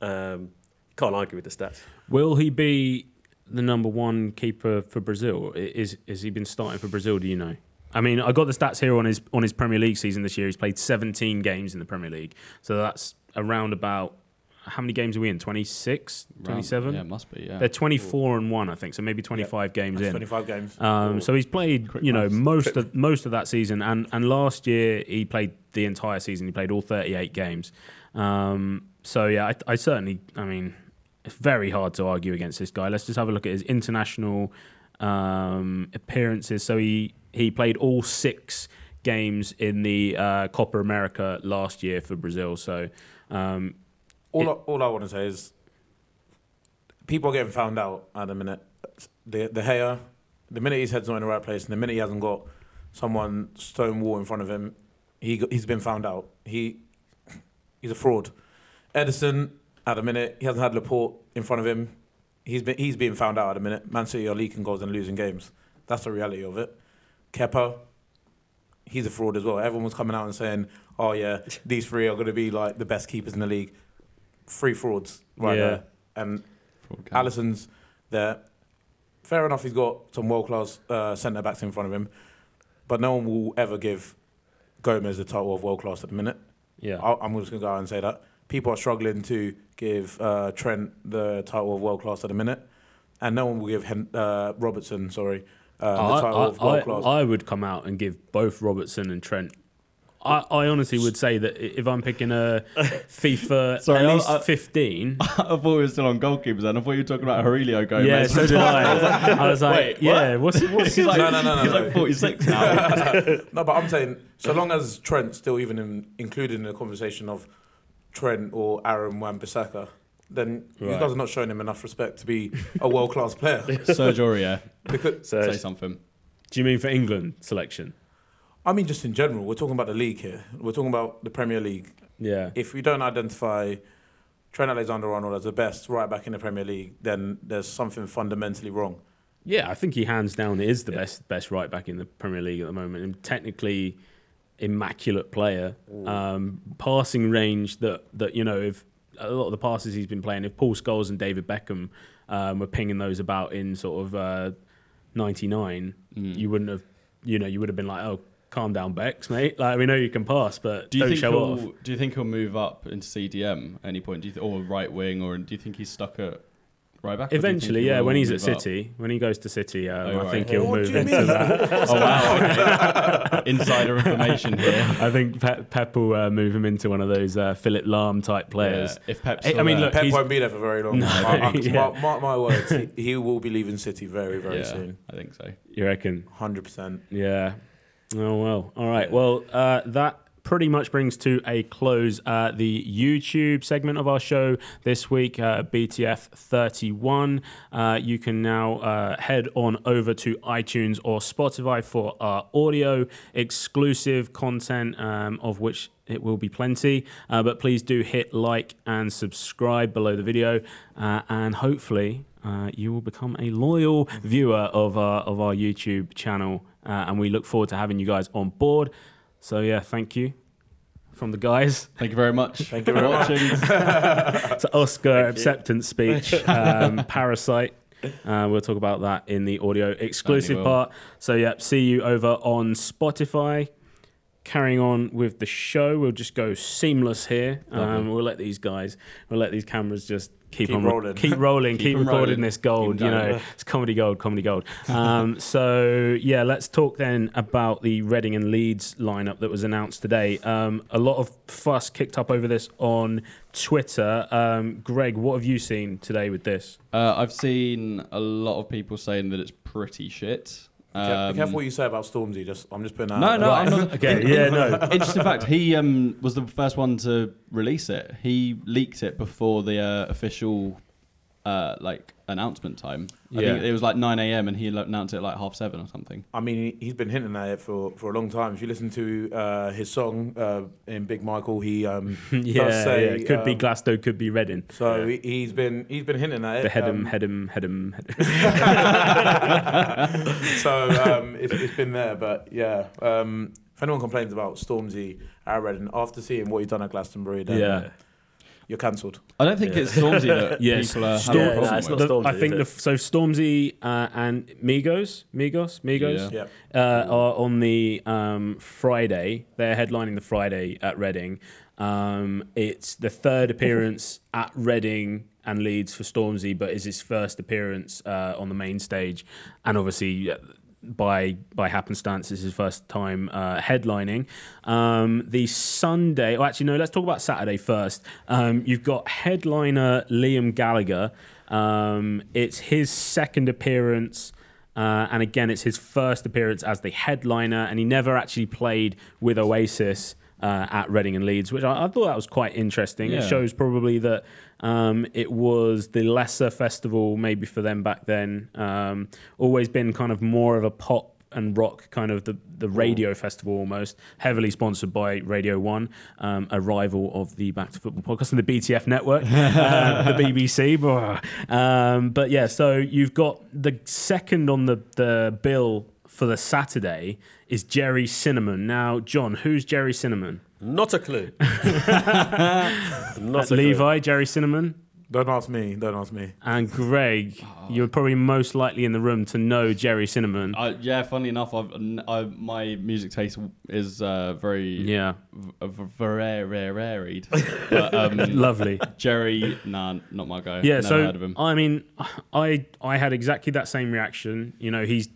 S5: um, can't argue with the stats.
S1: Will he be the number one keeper for Brazil? I- Is is he been starting for Brazil? Do you know? I mean, I got the stats here on his on his Premier League season this year. He's played 17 games in the Premier League, so that's around about how many games are we in? 26,
S2: Round-
S1: 27.
S2: Yeah, it must be. Yeah.
S1: They're 24 and one, I think. So maybe 25 games
S3: That's
S1: in.
S3: 25 games.
S1: Um, so he's played,
S2: Quick
S1: you know,
S2: maths.
S1: most of most of that season, and and last year he played the entire season. He played all 38 games. Um, so yeah, I, I certainly, I mean, it's very hard to argue against this guy. Let's just have a look at his international um, appearances. So he he played all six games in the uh, Copa America last year for Brazil. So um,
S3: All, I, all I want to say is people are getting found out at the minute. The the Gea, the minute his head's not in the right place, and the minute he hasn't got someone stone wall in front of him, he got, he's been found out. He he's a fraud. Edison at the minute he hasn't had Laporte in front of him. He's been he's being found out at the minute. Man City are leaking goals and losing games. That's the reality of it. Kepa, he's a fraud as well. Everyone was coming out and saying, "Oh yeah, these three are going to be like the best keepers in the league." Three frauds right
S1: Yeah.
S3: there, and
S2: Fraud count.
S3: Allison's there. Fair enough, he's got some world class uh, centre backs in front of him, but no one will ever give Gomez the title of world class at the minute.
S1: yeah,
S3: I- I'm just going to go out and say that. People are struggling to give uh, Trent the title of world class at the minute, and no one will give Hen- uh, Robertson, sorry, uh, the title of
S1: I,
S3: world class.
S1: I would come out and give both Robertson and Trent. I, I honestly would say that i- if I'm picking a FIFA
S2: Sorry,
S1: at
S2: I-
S1: least
S2: I-
S1: 15.
S2: I thought we were still on goalkeepers, and I thought you were talking about Aurelio Gomez.
S1: yeah, so did I. I was like,
S2: Wait, what?
S1: yeah, what's what's
S2: he's like,
S3: No, no, no, no,
S2: he's
S3: no.
S2: like 46 now.
S3: No, but I'm saying so long as Trent's still even in, included in the conversation of Trent or Aaron Wan-Bissaka, then you
S1: Right.
S3: guys are not showing him enough respect to be a world class player.
S2: Serge Aurier,
S3: Because
S5: So
S2: say something.
S1: Do you mean for England selection?
S3: I mean, just in general, we're talking about the league here. We're talking about the Premier League.
S1: Yeah.
S3: If we don't identify Trent Alexander-Arnold as the best right back in the Premier League, then there's something fundamentally wrong.
S1: Yeah, I think he hands down is the best best right back in the Premier League at the moment, and technically immaculate player.
S2: Mm.
S1: Um, passing range that that you know if a lot of the passes he's been playing, if Paul Scholes and David Beckham um, were pinging those about in sort of uh, ninety nine,
S2: Mm.
S1: you wouldn't have you know you would have been like oh. Calm down, Bex, mate. Like we know you can pass, but
S2: Do you
S1: not
S2: think
S1: show
S2: he'll
S1: off.
S2: do you think he'll move up into CDM at any point? Do you th- or right wing, or do you think he's stuck at right back? or do you think
S1: Eventually,
S2: he
S1: yeah.
S2: will
S1: When he's at
S2: move up?
S1: City, when he goes to City, um,
S2: Oh,
S1: I
S2: right.
S1: think he'll
S3: What
S1: move
S3: do you
S1: into
S3: mean?
S1: that.
S2: Oh wow! okay. Insider information here.
S1: I think Pep, Pep will uh, move him into one of those uh, Philip Lahm type players.
S2: Yeah, if Pep's
S1: I- I
S2: still
S1: mean,
S2: there.
S1: look,
S3: Pep
S1: he's-
S3: won't be there for very long.
S1: No,
S3: Mark- Mark-
S1: yeah.
S3: mark- mark my words, he, he will be leaving City very, very
S2: yeah,
S3: soon.
S2: I think so.
S1: You reckon?
S3: 100%.
S1: Yeah. Oh well. All right. Well, uh, that pretty much brings to a close uh, the YouTube segment of our show this week. Uh, BTF thirty one. Uh, you can now uh, head on over to iTunes or Spotify for our audio exclusive content, um, of which it will be plenty. Uh, but please do hit like and subscribe below the video, uh, and hopefully uh, you will become a loyal viewer of our of our YouTube channel, uh, and we look forward to having you guys on board. So yeah, thank you from the guys.
S2: Thank you very much.
S3: Thank you very much.
S2: much.
S1: It's an Oscar acceptance speech, um, Parasite. Uh, we'll talk about that in the audio exclusive
S2: will.
S1: part. So yeah, see you over on Spotify. Carrying on with the show, we'll just go seamless here. Um,
S2: Lovely.
S1: we'll let these guys, we'll let these cameras just keep,
S3: Keep
S1: on
S3: rolling.
S1: keep rolling, keep,
S2: Keep 'em
S1: recording
S2: rolling.
S1: this gold. You
S2: Keep 'em
S1: know,
S2: going.
S1: it's comedy gold, comedy gold. Um, so yeah, let's talk then about the Reading and Leeds lineup that was announced today. Um, a lot of fuss kicked up over this on Twitter. Um, Greg, what have you seen today with this?
S2: Uh, I've seen a lot of people saying that it's pretty shit.
S3: Be
S2: Um,
S3: careful what you say about Stormzy. Just, I'm just putting that
S2: No,
S3: out
S2: no,
S3: there.
S2: I'm not.
S1: Okay, yeah, no.
S2: Interesting fact. He um, was the first one to release it. He leaked it before the uh, official uh, like announcement time. I
S1: Yeah.
S2: think it was like 9 a.m. and he lo- announced it at like half seven or something.
S3: I mean, he's been hinting at it for, for a long time. If you listen to uh, his song uh, in Big Michael, he um,
S1: yeah,
S3: does say
S1: yeah. Could be
S3: um,
S1: Glasgow, could be Reading.
S3: So he, he's been he's been hinting at it.
S1: The head
S3: um,
S1: him, head him, head him, head him.
S3: so um, it's, it's been there, but yeah. Um, if anyone complains about Stormzy at Reading after seeing what you've done at Glastonbury, then
S1: Yeah.
S3: you're cancelled.
S2: I don't think it's Stormzy that
S1: Yes.
S2: people are
S1: Storm-
S2: having
S5: Yeah,
S2: a problem
S5: no, it's
S2: with.
S5: not Stormzy,
S1: I
S5: is
S1: think
S5: it?
S1: the, so. Stormzy uh, and Migos, Migos, Migos
S3: Yeah.
S1: Uh, are on the um, Friday. They're headlining the Friday at Reading. Um, it's the third appearance at Reading and Leeds for Stormzy, but is his first appearance uh, on the main stage, and obviously. uh, By by happenstance, is his first time uh, headlining. Um, the Sunday, oh, actually no, let's talk about Saturday first. Um, you've got headliner Liam Gallagher. Um, it's his second appearance uh, and again, it's his first appearance as the headliner, and he never actually played with Oasis uh, at Reading and Leeds, which I, I thought that was quite interesting. It
S2: Yeah.
S1: shows probably that um, it was the lesser festival, maybe for them back then. Um, always been kind of more of a pop and rock kind of the, the radio festival almost, heavily sponsored by Radio One, um, a rival of the Back to Football podcast and the BTF network, uh, the BBC. blah. Um, but yeah, so you've got the second on the, the bill for the Saturday is Jerry Cinnamon. Now, John, who's Jerry Cinnamon?
S5: Not a clue. Not a clue.
S1: Levi, Jerry Cinnamon,
S3: Don't ask me. Don't ask me.
S1: and Greg. You're probably most likely in the room to know Jerry Cinnamon.
S2: I, yeah, funnily enough, I've, I, my music taste is uh, very
S1: yeah,
S2: v- uh, v- very varied. But, um,
S1: lovely.
S2: Jerry, nah, not my guy.
S1: Yeah,
S2: Never
S1: so
S2: heard of him.
S1: I mean, I I had exactly that same reaction. You know, he's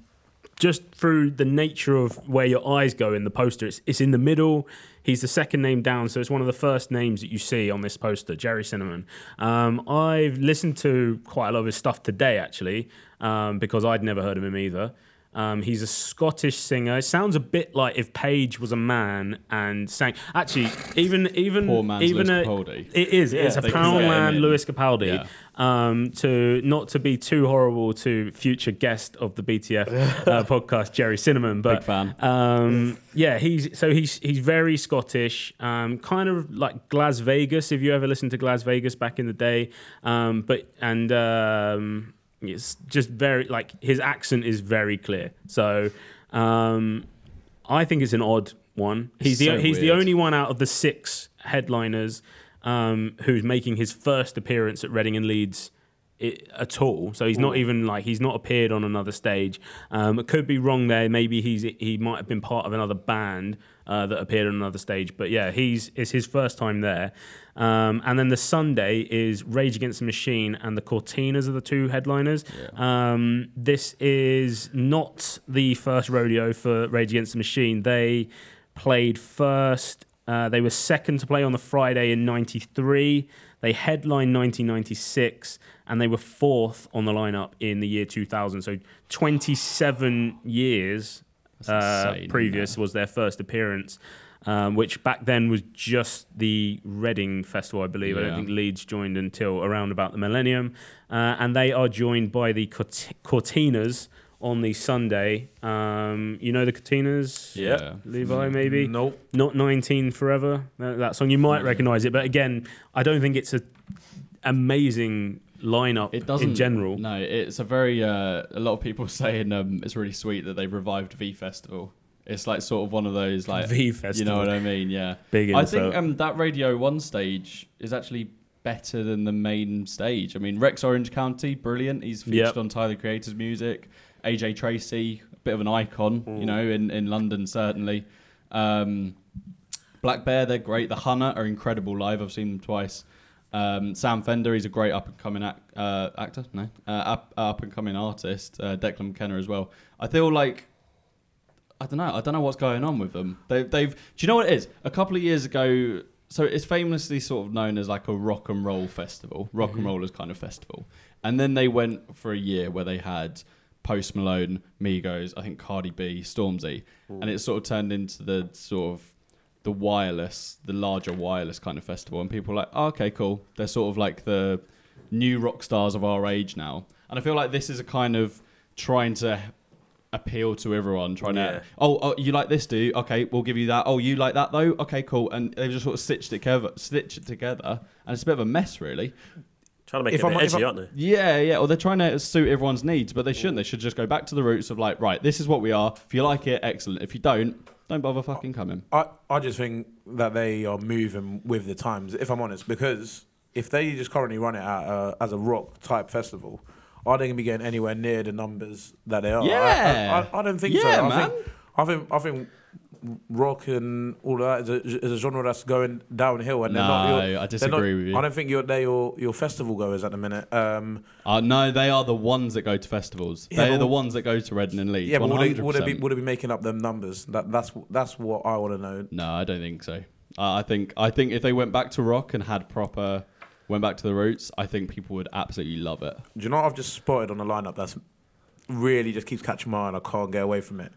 S1: just through the nature of where your eyes go in the poster. It's it's in the middle. He's the second name down, so it's one of the first names that you see on this poster, Jerry Cinnamon. Um, I've listened to quite a lot of his stuff today, actually, um, because I'd never heard of him either. Um, he's a Scottish singer. It sounds a bit like if Page was a man and sang. Actually, even even
S2: Poor man's
S1: even
S2: Lewis
S1: a,
S2: Capaldi.
S1: it is. it's a
S2: they can get him
S1: Poundland
S2: in.
S1: Lewis Capaldi. Um, to not to be too horrible to future guest of the BTF uh, podcast, Jerry Cinnamon, but
S2: Big fan.
S1: Um, yeah, he's so he's he's very Scottish, um, kind of like Glas Vegas. If you ever listened to Glas Vegas back in the day, um, but and. Um, it's just very like his accent is very clear. So um, I think it's an odd one. He's the
S2: so
S1: he's the
S2: weird.
S1: only one out of the six headliners um, who's making his first appearance at Reading and Leeds i at all. So he's not even like he's not appeared on another stage. Um, it could be wrong there. Maybe he's he might have been part of another band uh, that appeared on another stage. But yeah, he's it's his first time there. Um, and then the Sunday is Rage Against the Machine and the Cortinas are the two headliners. Um, this is not the first rodeo for Rage Against the Machine. They played first. Uh, they were second to play on the Friday in '93. They headlined 1996, and they were fourth on the lineup in the year 2000. So 27 years uh,
S2: insane,
S1: previous was their first appearance, um, which back then was just the Reading Festival, I believe. I don't
S2: Yeah.
S1: think Leeds joined until around about the millennium, uh, and they are joined by the Cort- Cortinas on the Sunday. Um, you know the Cortinas,
S2: Yeah.
S1: Levi, maybe
S3: Nope.
S1: not 19 forever that, that song you might recognize it but again i don't think it's a amazing lineup
S2: It doesn't
S1: in general
S2: No, it's a very uh, a lot of people saying um, it's really sweet that they've revived V Festival. It's like sort of one of those like
S1: V
S2: You
S1: Festival.
S2: know what I mean? Yeah.
S1: Big
S2: I
S1: insult.
S2: think um, that Radio One stage is actually better than the main stage. I mean, Rex Orange County, brilliant. He's featured
S1: Yep.
S2: on Tyler the Creator's music. AJ Tracy, a bit of an icon, you know, in in London certainly. Um, Black Bear, they're great. The Hunter are incredible live. I've seen them twice. Um, Sam Fender, he's a great up and coming ac- uh, actor, no, uh, up, up and coming artist. Uh, Declan McKenna as well. I feel like I don't know. I don't know what's going on with them. They, they've. Do you know what it is? A couple of years ago, so it's famously sort of known as like a rock and roll festival, rock and rollers kind of festival. And then they went for a year where they had Post Malone, Migos, I think Cardi B, Stormzy, and it sort of turned into the sort of the wireless, the larger wireless kind of festival. And people were like, oh, okay, cool. They're sort of like the new rock stars of our age now. And I feel like this is a kind of trying to appeal to everyone, trying
S5: Yeah.
S2: to oh, oh you like this, do you? Okay, we'll give you that. Oh, you like that though? Okay, cool. And they've just sort of stitched it together, stitched it together, and it's a bit of a mess, really.
S5: Trying to make
S3: If
S5: it a
S3: I'm-
S5: bit
S3: if
S5: edgy,
S3: I'm-
S5: aren't they?
S2: Yeah, yeah. Or they're trying to suit everyone's needs, but they shouldn't. They should just go back to the roots of like, right, this is what we are. If you like it, excellent. If you don't, don't bother fucking coming.
S3: I, I just think that they are moving with the times, if I'm honest, because if they just currently run it at, uh, as a rock type festival, are they going to be getting anywhere near the numbers that they are? I- I-
S2: Yeah.
S3: I, I, don't think
S2: Yeah,
S3: so. I
S2: man.
S3: Think, I think I think rock and all that is a, is a genre that's going downhill, and they're
S2: No,
S3: not. your-
S2: I
S3: they're not-
S2: disagree with you.
S3: I don't think you're they your your festival goers at the minute. Um,
S2: Uh, no, they are the ones that go to festivals.
S3: Yeah,
S2: They're
S3: but-
S2: the ones that go to Reading and Leeds.
S3: yeah, but would it,
S2: 100%.
S3: would it be would it be making up them numbers? That that's that's what I want to know.
S2: No, I don't think so. Uh, I think I think if they went back to rock and had proper, went back to the roots, I think people would absolutely love it.
S3: Do you know what I've just spotted on the lineup that's really just keeps catching my eye and I can't get away from it?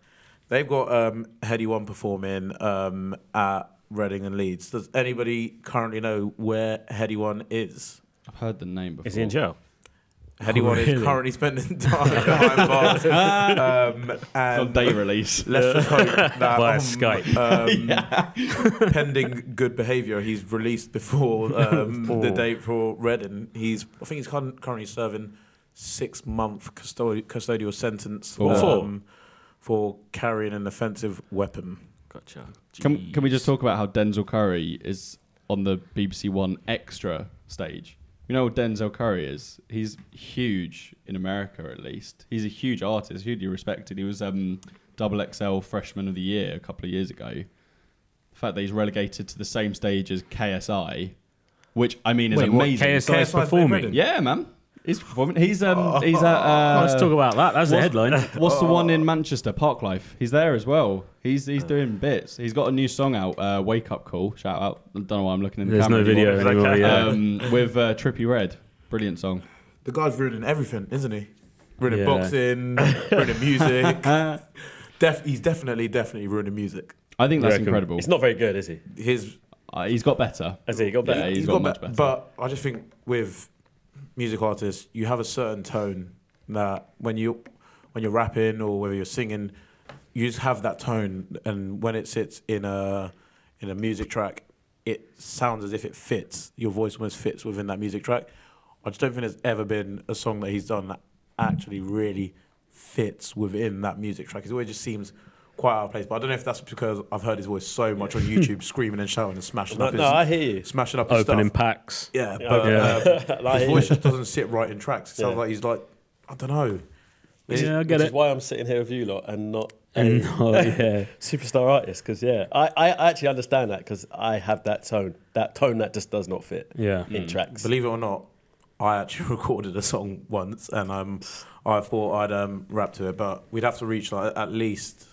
S3: They've got um, Heady One performing um, at Reading and Leeds. Does anybody currently know where Heady One is?
S2: I've heard the name before.
S5: Is he in jail?
S3: Heady One is
S1: really?
S3: currently spending time behind bars. Um,
S2: It's on
S3: and
S2: day release.
S3: let's just hope that
S1: Via
S3: um,
S1: Skype.
S3: um, pending good behaviour, he's released before um, the date for Reading. He's, I think he's cur- currently serving six month custodi- custodial sentence
S2: Ooh.
S3: um, for carrying an offensive weapon.
S5: Gotcha.
S2: Can, can we just talk about how Denzel Curry is on the BBC One extra stage? You know what Denzel Curry is? He's huge in America, at least. He's a huge artist, hugely respected. He was um, double XL Freshman of the Year a couple of years ago. The fact that he's relegated to the same stage as KSI, which I mean is
S1: Wait, what,
S2: amazing.
S1: KSI is
S3: KSI 's been
S1: performing.
S3: ready.
S2: yeah, man, he's performing. He's um, he's at.
S1: Oh,
S2: Uh,
S1: let's talk about that. That's the
S2: what's-
S1: headline.
S2: What's the one in Manchester? Park Life. He's there as well. He's he's doing bits. He's got a new song out. Uh, Wake up call. Shout out. I don't know why I'm looking in the
S1: There's
S2: camera.
S1: no video
S2: anymore.
S1: anymore.
S5: okay.
S1: Yeah.
S2: Um, with uh, Trippy Red. Brilliant song.
S3: The guy's ruining everything, isn't he? Ruining
S1: Yeah.
S3: boxing, ruining music. Def- he's definitely, definitely ruining music.
S2: I think that's
S1: reckon?
S2: incredible.
S5: He's not very good, is he?
S3: His
S2: Uh, he's got better.
S5: Has he got
S2: Yeah,
S5: better?
S2: he's
S3: he's
S2: got
S3: got
S2: much
S3: be-
S2: better.
S3: But I just think with music artists, you have a certain tone that when you when you're rapping or whether you're singing, you just have that tone, and when it sits in a in a music track, it sounds as if it fits. Your voice almost fits within that music track. I just don't think there's ever been a song that he's done that actually really fits within that music track. It always just seems quite out of place. But I don't know if that's because I've heard his voice so much on YouTube, screaming and shouting and smashing
S5: No,
S3: up his
S5: no, I hear you.
S3: smashing up his
S1: Opening
S3: stuff.
S1: packs.
S3: Yeah,
S5: Yeah,
S3: but
S1: okay.
S3: um,
S5: Like
S3: his
S5: he
S3: voice
S5: is.
S3: just doesn't sit right in tracks. It sounds
S5: Yeah.
S3: like he's like, I don't know.
S1: Yeah, I
S5: Which
S1: get
S5: is
S1: it.
S5: why I'm sitting here with you lot and not
S1: And
S5: a
S1: oh, yeah.
S5: superstar artist. Because yeah, I, I I actually understand that because I have that tone, that tone that just does not fit
S1: Yeah.
S2: Hmm.
S5: in tracks.
S3: Believe it or not, I actually recorded a song once, and um, I thought I'd um, rap to it, but we'd have to reach like at least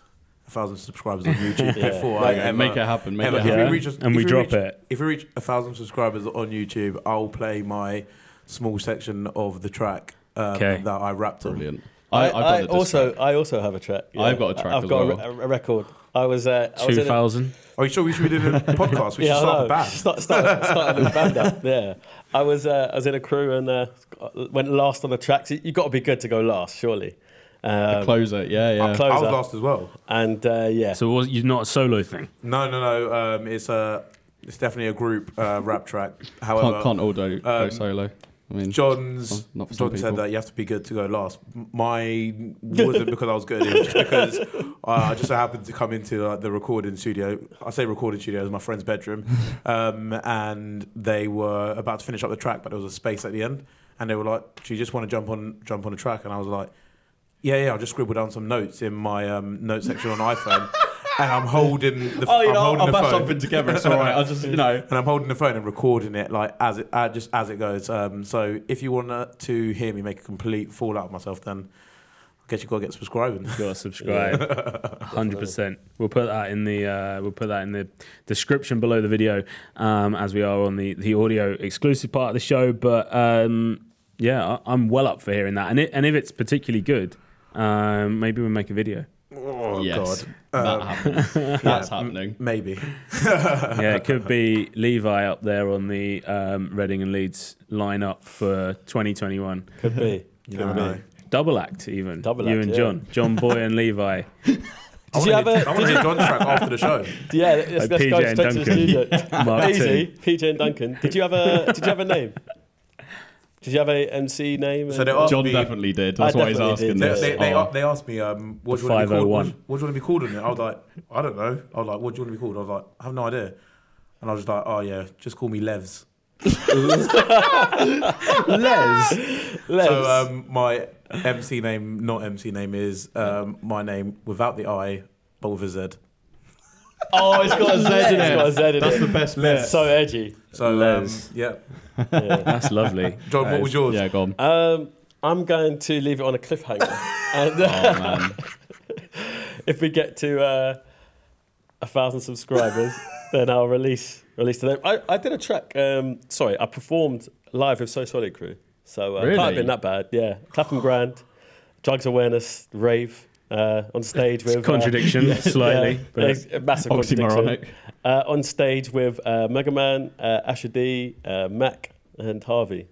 S3: a thousand subscribers on YouTube
S5: Yeah.
S3: before
S2: Like,
S3: I ever,
S2: make it happen. Make
S3: ever-
S2: it
S3: if
S1: happen.
S3: reach a-
S1: And we
S3: if
S1: drop
S3: reach-
S1: it.
S3: If we reach a thousand subscribers on YouTube, I'll play my small section of the track um,
S1: Okay.
S3: that I rapped on.
S2: Brilliant.
S5: I,
S2: I, I've got
S5: I
S2: the disc
S5: also
S2: track.
S5: I also have a track.
S2: I've got a track
S5: I've
S2: as
S5: got
S2: well.
S5: a, re- a record. I was uh, I was
S1: Two
S5: in a,
S1: thousand.
S3: Are you sure we should be doing a podcast? We should
S5: I
S3: start
S5: know.
S3: a band.
S5: Start, start, start a little band up. Yeah, I was uh, I was in a crew and uh, went last on the tracks. You, have got to be good to go last, surely. Um,
S2: closer. Yeah, yeah.
S5: our closer.
S3: I was last as well.
S5: and uh, yeah,
S1: So it was, you're not a solo thing.
S3: No, no, no. Um, it's a, it's definitely a group uh, rap track. However,
S2: can't, can't all do, go
S3: um,
S2: solo. I mean,
S3: John's
S2: Well, not for some
S3: John said
S2: people.
S3: that you have to be good to go last. M- My wasn't because I was good. It was just because I just so happened to come into like, the recording studio. I say recording studio it was my friend's bedroom, um, and they were about to finish up the track, but there was a space at the end, and they were like, "Do you just want to jump on jump on a track?" And I was like, "Yeah, yeah." I just scribbled down some notes in my um, note section on iPhone, and I'm holding the.
S2: oh, you
S3: I'm
S2: know,
S3: holding
S2: I'll
S3: the
S2: bash
S3: phone.
S2: something together. It's all right. I'll just, you know.
S3: and I'm holding the phone and recording it like as it uh, just as it goes. Um, so if you want to hear me make a complete fool out of myself, then I guess you gotta get subscribing.
S1: Gotta subscribe. Hundred percent. We'll put that in the uh, we'll put that in the description below the video, um, as we are on the the audio exclusive part of the show. But um, yeah, I, I'm well up for hearing that. And it, and if it's particularly good, um, maybe we'll make a video.
S3: Oh
S2: yes,
S3: God.
S2: that
S3: Um,
S2: happens. That's happening.
S3: Maybe.
S1: yeah, it could be Levi up there on the um, Reading and Leeds lineup for 2021.
S4: Could be.
S3: You
S4: never know.
S1: Double act, even.
S4: Double
S1: you
S4: act,
S1: and
S4: yeah.
S1: John. John Boy and Levi.
S3: I
S4: Did you
S3: want
S4: have a-
S3: to
S4: did
S3: hear John's track after the show.
S4: Yeah, let's,
S1: Like
S4: let's
S1: PJ
S4: go
S1: and
S4: straight to the studio.
S1: Duncan. Oh, Mark
S4: Easy,
S1: two.
S4: PJ and Duncan. Did you have a Did you have a name? Did you have a MC name?
S3: So there are-
S2: John
S3: be-
S2: definitely did. That's
S4: I
S2: why he's
S4: definitely
S2: asking
S4: did,
S3: They,
S2: this.
S4: yeah.
S3: they, they,
S2: Oh.
S3: they asked me, um, what do you want
S4: oh
S3: to be called? What,
S1: 501.
S3: what do you want to be called on it? I was like, I don't know. I was like, what do you want to be called? I was like, I have no idea. And I was just like, oh yeah, just call me Levs.
S1: Les.
S4: Les.
S3: So um, my MC name, not MC name, is um, my name without the I, but with a Z.
S2: oh, it's got a Z in
S4: It's got a
S2: it.
S4: Z in it.
S2: That's the best bit.
S4: so edgy.
S3: So um,
S1: Les.
S3: yeah,
S4: Yeah.
S1: That's lovely.
S3: John,
S1: That
S3: what
S1: is-
S3: was yours?
S2: Yeah, go on.
S4: um, I'm going to leave it on a cliffhanger, and uh,
S2: Oh man,
S4: if we get to uh, a thousand subscribers, then I'll release release the name. I, I did a track. Um, sorry, I performed live with So Solid Crew, so uh, can't
S2: Really?
S4: have been that bad. Yeah, Clapham Grand, drugs awareness rave uh, on stage with uh,
S1: Contradiction, slightly.
S4: Yeah,
S1: but
S4: it's a massive contradiction.
S2: oxymoronic.
S4: Uh, on stage with uh, Mega Man, uh, Asher D, uh, Mac, and Harvey.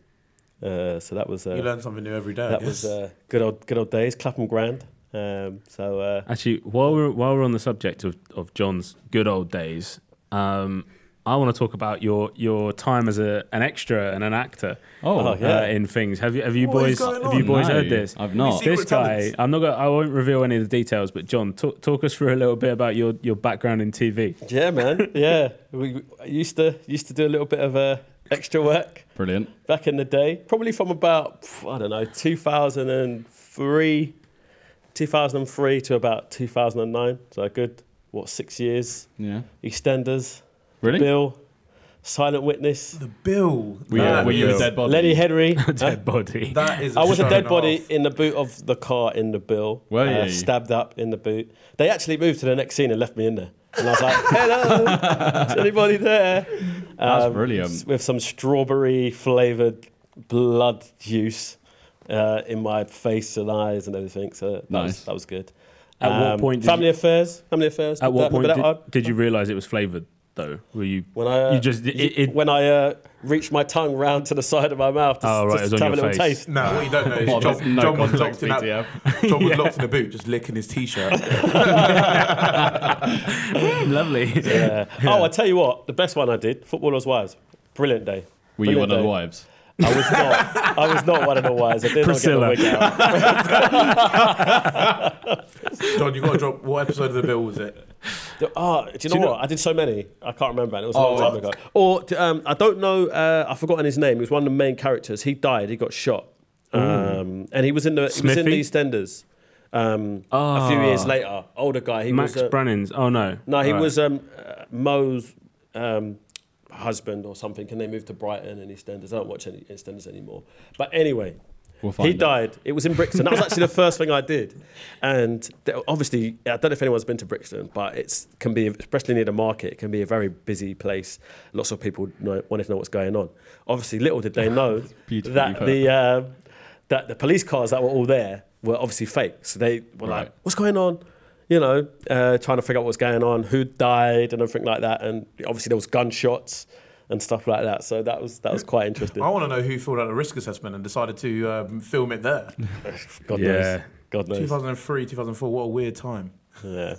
S4: Uh, so that was
S3: You
S4: uh,
S3: learn something new every day. I
S4: that
S3: guess.
S4: was uh, good old good old days. Clapham Grand. Um, so uh,
S1: Actually, while we're while we're on the subject of, of John's good old days, um, I want to talk about your your time as a an extra and an actor
S2: Oh,
S4: Oh, yeah.
S1: uh, in things. Have you have you
S3: What
S1: boys
S3: is going
S1: have you
S3: on?
S1: boys
S2: no,
S1: heard this?
S2: I've not.
S3: Secret
S1: this guy,
S3: talents.
S1: I'm not. Gonna, I won't reveal any of the details, but John, talk, talk us through a little bit about your, your background in TV.
S4: yeah, man, yeah. We, we I used to used to do a little bit of uh, extra work
S2: Brilliant.
S4: back in the day, probably from about pff, I don't know 2003, 2003 to about 2009. So a good what six years?
S2: Yeah.
S4: EastEnders,
S2: Really?
S4: Bill, Silent Witness,
S3: the bill.
S4: uh,
S2: Were you,
S3: That
S2: were you a
S3: is-
S2: dead body?
S4: Lenny Henry.
S1: Dead body.
S3: That is.
S4: I was a
S3: show
S4: dead
S3: and
S4: body
S3: half.
S4: in the boot of the car in the bill. Uh,
S2: Were you?
S4: Stabbed up in the boot. They actually moved to the next scene and left me in there. And I was like, hello, is anybody there?
S2: That's
S4: Um,
S2: brilliant.
S4: s- With some strawberry flavored blood juice uh, in my face and eyes and everything. So that,
S2: Nice.
S4: was, that was good. Um,
S1: At what point did
S4: Family
S1: you-
S4: affairs. Family affairs.
S1: At
S4: did
S1: what
S4: that- uh,
S1: point
S4: remember
S1: did,
S4: that one?
S1: did you realise it was flavoured though? Were you
S4: When I, uh,
S1: you just it, it,
S4: when I uh, reached my tongue round to the side of my mouth to,
S1: Oh, right, it was
S4: just
S1: on
S4: to have a
S1: your
S4: little
S1: face.
S4: taste.
S3: No, what you don't know
S2: Well,
S3: is
S2: there's
S3: John,
S2: no
S3: John was
S2: context
S3: locked in that.
S2: BTF.
S3: John was locked in a boot, just licking his t-shirt.
S1: lovely?
S4: Yeah. Oh, I tell you what, the best one I did, Footballers Wives. Brilliant day.
S2: Were you one
S4: Brilliant
S2: of the
S4: day.
S2: wives?
S4: I was not. I was not one of the wives. I did
S1: Priscilla.
S4: not get the wig out.
S3: John, you got to drop. What episode of the bill was it?
S4: Oh, do you know what? I did so many. I can't remember. And it was a long
S3: Oh.
S4: time ago. Or t- um, I don't know. Uh, I've forgotten his name. He was one of the main characters. He died. He got shot. Um, and he was in the he was in
S1: Smithy?
S4: the EastEnders. Um, A few
S1: Ah.
S4: years later, older guy. He
S1: Max
S4: was, uh,
S1: Brannan's. Oh no,
S4: No, he
S1: All right.
S4: was um, uh, Mo's um, husband or something, and they moved to Brighton and EastEnders. I don't watch any EastEnders anymore. But anyway,
S2: We'll find
S4: he
S2: out.
S4: died. It was in Brixton. That was actually the first thing I did. And th- obviously, I don't know if anyone's been to Brixton, but it can be, especially near the market, it can be a very busy place. Lots of people know, wanted to know what's going on. Obviously, little did they know
S2: beautifully
S4: that
S2: put.
S4: the um that the police cars that were all there were obviously fake. So they were
S2: Right.
S4: like, "What's going on?" You know, uh, trying to figure out what's going on, who died, and everything like that. And obviously there was gunshots and stuff like that. So that was that was quite interesting.
S3: I want to know who filled out a risk assessment and decided to um, film it there.
S4: God
S1: Yeah.
S4: knows. God knows.
S3: 2003, 2004. What a weird time.
S4: Yeah.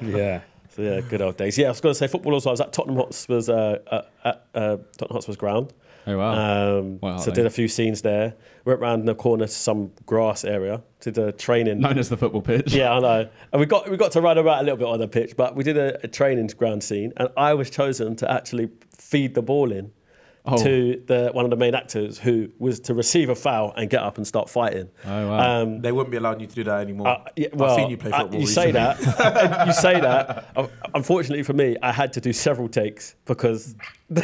S1: yeah.
S4: So yeah, good old days. Yeah, I was going to say football also. I was at Tottenham Hotspur's uh, uh, at uh, Tottenham Hotspur's ground.
S2: Oh wow.
S4: Um,
S2: Wow,
S4: so
S2: thank
S4: did
S2: you.
S4: a few scenes there. Went round in the corner to some grass area. Did a training.
S2: Known as the football pitch.
S4: Yeah, I know. And we got we got to run about a little bit on the pitch, but we did a, a training ground scene, and I was chosen to actually feed the ball in
S2: Oh.
S4: to the one of the main actors who was to receive a foul and get up and start fighting.
S2: Oh wow.
S4: Um,
S3: They wouldn't be allowing you to do that anymore.
S4: uh, yeah, well,
S3: I've seen you play
S4: uh,
S3: football.
S4: you say
S3: recently.
S4: that. you say that. Uh, Unfortunately for me, I had to do several takes because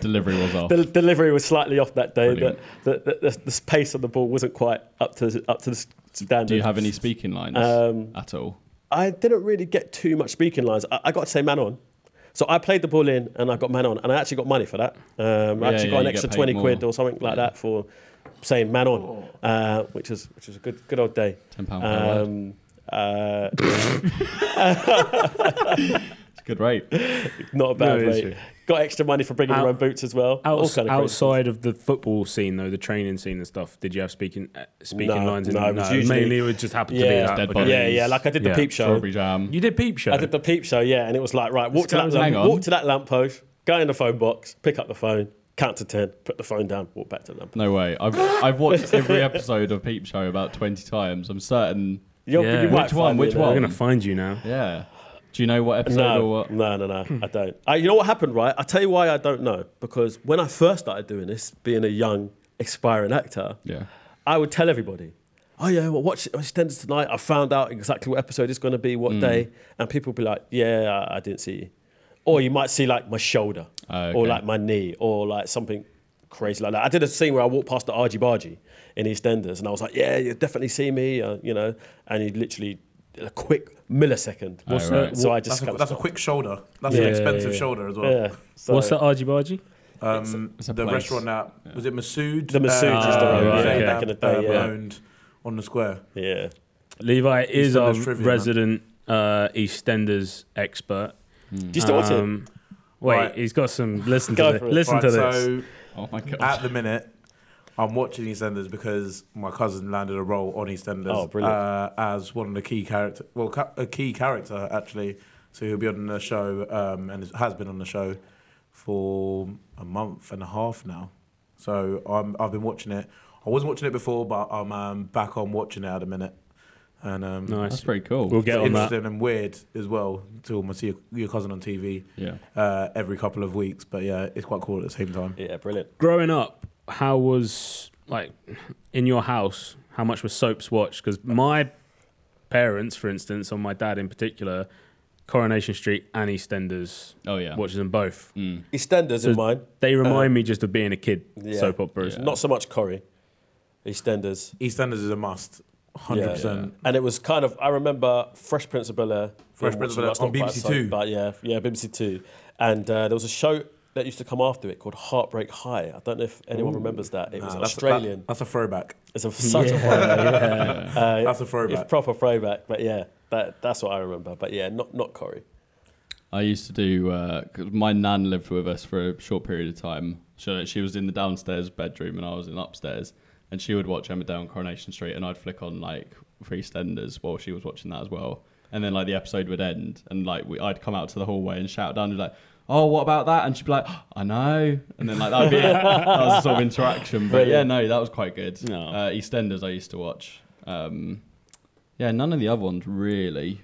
S2: Delivery was off.
S4: the delivery was slightly off that day. The,
S2: Brilliant.
S4: the, the, the, the pace of the ball wasn't quite up to up to the standard.
S2: Do you have any speaking lines
S4: Um,
S2: at all?
S4: I didn't really get too much speaking lines. I, I got to say man on. So I played the ball in and I got man on, and I actually got money for that. Um, I
S2: Yeah,
S4: actually
S2: yeah,
S4: got an
S2: you
S4: extra
S2: get paid
S4: twenty quid
S2: more.
S4: or something like
S2: Yeah.
S4: that for saying man on, uh, which was which was a good good old day.
S2: £10 per word.
S4: Um, Uh,
S2: It's a good rate.
S4: not a bad
S1: No
S4: rate.
S1: issue.
S4: Got extra money for bringing
S1: Out-
S4: your own boots as well. All
S1: Outs-
S4: kind of crazy things.
S1: outside of the football scene, though, the training scene and stuff, did you have speaking uh, speaking
S4: No,
S1: lines? in
S4: no, it was usually-
S1: mainly it would just happen to be
S4: Yeah,
S1: that.
S2: Dead
S1: okay.
S2: bodies.
S4: yeah, yeah. Like I did the
S1: Yeah,
S4: peep show.
S2: Strawberry jam.
S1: You did peep show.
S4: I did the peep show, yeah, and it was like, right, walk to that
S2: Hang
S4: lamp,
S2: on.
S4: walk to that lamppost, go in the phone box, pick up the phone, count to ten, put the phone down, walk back to the lamp.
S2: No way. I've I've watched every episode of Peep Show about twenty times. I'm certain.
S4: You'll-
S1: Yeah.
S4: you might
S2: Which
S4: find
S2: one?
S4: me
S2: Which
S4: there.
S1: We're
S2: one?
S1: gonna find you now.
S2: Yeah. Do you know what episode or
S4: No,
S2: what?
S4: no, no, no, I don't. I, you know what happened, right? I tell you why I don't know because when I first started doing this, being a young aspiring actor,
S2: Yeah.
S4: I would tell everybody, oh yeah, well watch EastEnders tonight. I found out exactly what episode it's going to be, what
S2: Mm.
S4: day, and people would be like, yeah, I, I didn't see you, or you might see like my shoulder,
S2: Oh,
S4: or
S2: okay.
S4: like my knee, or like something crazy like that. I did a scene where I walked past the Argy Bargy in EastEnders, and I was like, yeah, you definitely see me, uh, you know, and you literally a quick millisecond.
S2: What's
S4: so,
S2: that?
S4: so I
S3: That's
S4: just
S3: a,
S4: kinda
S3: that's a
S4: stopped.
S3: quick shoulder. That's
S1: Yeah,
S3: an expensive
S1: yeah, yeah.
S3: shoulder as well.
S4: yeah. So,
S1: What's the argy bargy?
S3: Um,
S2: it's a
S3: the
S2: place.
S3: restaurant that was it Masood? Uh,
S4: The Masood
S1: is the one, yeah,
S3: they
S1: okay.
S4: back in the day,
S3: um,
S4: yeah.
S3: owned on the square.
S4: Yeah.
S1: Levi is our
S3: EastEnders trivia, man.
S1: resident uh, EastEnders expert.
S2: Hmm.
S4: Do you still watch it?
S1: Um, Wait,
S3: Right.
S1: he's got some. Listen
S4: Go
S1: to
S4: for
S1: this.
S4: it.
S1: Listen
S3: right,
S1: to this.
S3: so
S2: Oh my god.
S3: at the minute, I'm watching EastEnders because my cousin landed a role on EastEnders
S4: Oh, brilliant.
S3: Uh, as one of the key character. Well, ca- a key character actually. So he'll be on the show um, and has been on the show for a month and a half now. So I'm, I've been watching it. I wasn't watching it before, but I'm um, back on watching it at the minute. And um,
S1: nice.
S2: That's pretty cool.
S1: We'll get
S3: it's
S1: on that.
S3: interesting and weird as well to almost see your, your cousin on TV
S2: yeah.
S3: uh, every couple of weeks. But yeah, it's quite cool at the same time.
S4: Yeah, brilliant.
S1: Growing up, how was like in your house? How much was soaps watched? Because my parents, for instance, or my dad in particular, Coronation Street and EastEnders
S2: Oh yeah.
S1: watches them both.
S2: Mm.
S4: EastEnders
S1: So-
S4: in mine.
S1: They remind me just of being a kid.
S4: Yeah.
S1: Soap operas.
S2: Yeah.
S4: Not so much Corrie. EastEnders.
S3: EastEnders is a must. 100%.
S2: Yeah.
S4: And it was kind of I remember Fresh Prince of Bel Air.
S3: Fresh Prince of Bel-Air on BBC Two.
S4: But yeah, yeah, BBC Two. And uh, there was a show that used to come after it called Heartbreak High. I don't know if anyone remembers that. It was
S3: Nah,
S4: an
S3: that's-
S4: Australian.
S3: that- that's a throwback.
S4: it's a such
S1: Yeah,
S4: a fun. Uh,
S3: That's a
S4: it's
S3: throwback.
S4: proper throwback, but yeah, that, that's what I remember. But yeah, not not Corrie.
S2: I used to do. Uh, 'cause my nan lived with us for a short period of time. So she was in the downstairs bedroom and I was in upstairs. And she would watch Emma Down Coronation Street, and I'd flick on like Free EastEnders while she was watching that as well. And then like the episode would end, and like we, I'd come out to the hallway and shout down, and be like, "Oh, what about that?" And she'd be like, "Oh, "I know." And then like that'd be it. that was the sort of interaction. But yeah, no, that was quite good.
S1: No.
S2: Uh, EastEnders I used to watch. Um, yeah, none of the other ones really.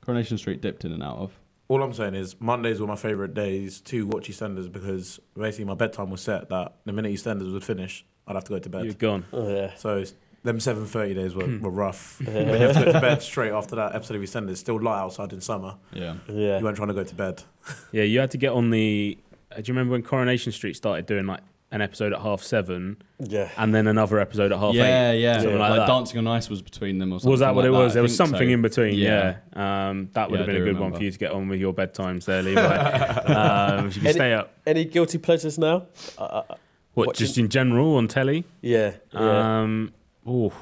S2: Coronation Street dipped in and out of.
S3: All I'm saying is Mondays were my favourite days to watch EastEnders because basically my bedtime was set that the minute EastEnders would finish, I'd have to go to bed.
S1: You're gone.
S4: Oh yeah.
S3: So it's- them 7.30 days were, were rough. when you have to go to bed straight after that episode of EastEnders, still light outside in summer.
S2: Yeah.
S4: Yeah.
S3: You weren't trying to go to bed.
S1: Yeah, you had to get on the. uh, Do you remember when Coronation Street started doing like an episode at half seven
S4: Yeah.
S1: and then another episode at half eight?
S2: yeah, yeah.
S1: something like
S2: like
S1: that.
S2: Dancing on Ice was between them or something.
S1: Was that what
S2: like
S1: it was?
S2: I
S1: there was
S2: think
S1: something
S2: so.
S1: in between.
S2: Yeah.
S1: Yeah, Um, that would
S2: Yeah,
S1: have
S2: I
S1: been a
S2: do
S1: good one
S2: remember.
S1: for you to get on with your bedtimes there, Levi. um, if you can
S4: Any-
S1: stay up.
S4: Any guilty pleasures now? Uh, uh,
S1: What,
S4: watching-
S1: just in general on telly?
S4: yeah. Yeah.
S1: Um, ooh.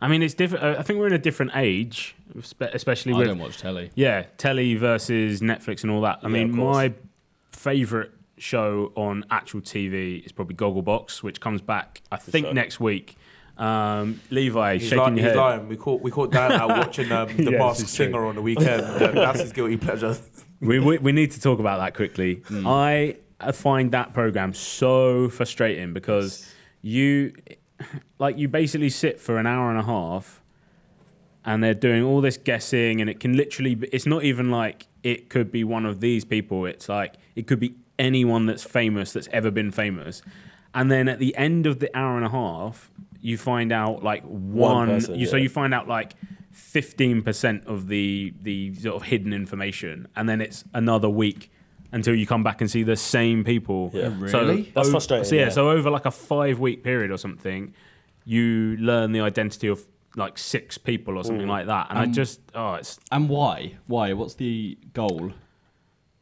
S1: I mean, it's different. I think we're in a different age, espe- especially
S2: I
S1: with
S2: don't watch telly.
S1: yeah, telly versus Netflix and all that. I
S4: Yeah,
S1: mean,
S4: of course.
S1: my favorite show on actual TV is probably Gogglebox, which comes back I think
S4: show.
S1: next week. Um, Levi
S3: He's,
S1: shaking
S3: li-
S1: your
S3: he's
S1: head.
S3: lying. We caught, we caught Dan out watching um, The
S1: Yes,
S3: Masked
S1: it's true.
S3: Singer on the weekend. Um, that's his guilty pleasure.
S1: we, we, we need to talk about that quickly. I I find that program so frustrating because you like you basically sit for an hour and a half and they're doing all this guessing and it can literally be, it's not even like it could be one of these people it's like it could be anyone that's famous that's ever been famous and then at the end of the hour and a half you find out like one,
S4: person,
S1: you, so
S4: yeah.
S1: you find out like 15% of the the sort of hidden information and then it's another week until you come back and see the same people
S4: Yeah.
S2: Oh,
S1: so
S2: really?
S4: That's
S1: o-
S4: frustrating,
S1: So yeah,
S4: yeah.
S1: so over like a five week period or something, you learn the identity of like six people or something like that, and I just oh, it's
S2: And why? Why? What's the goal?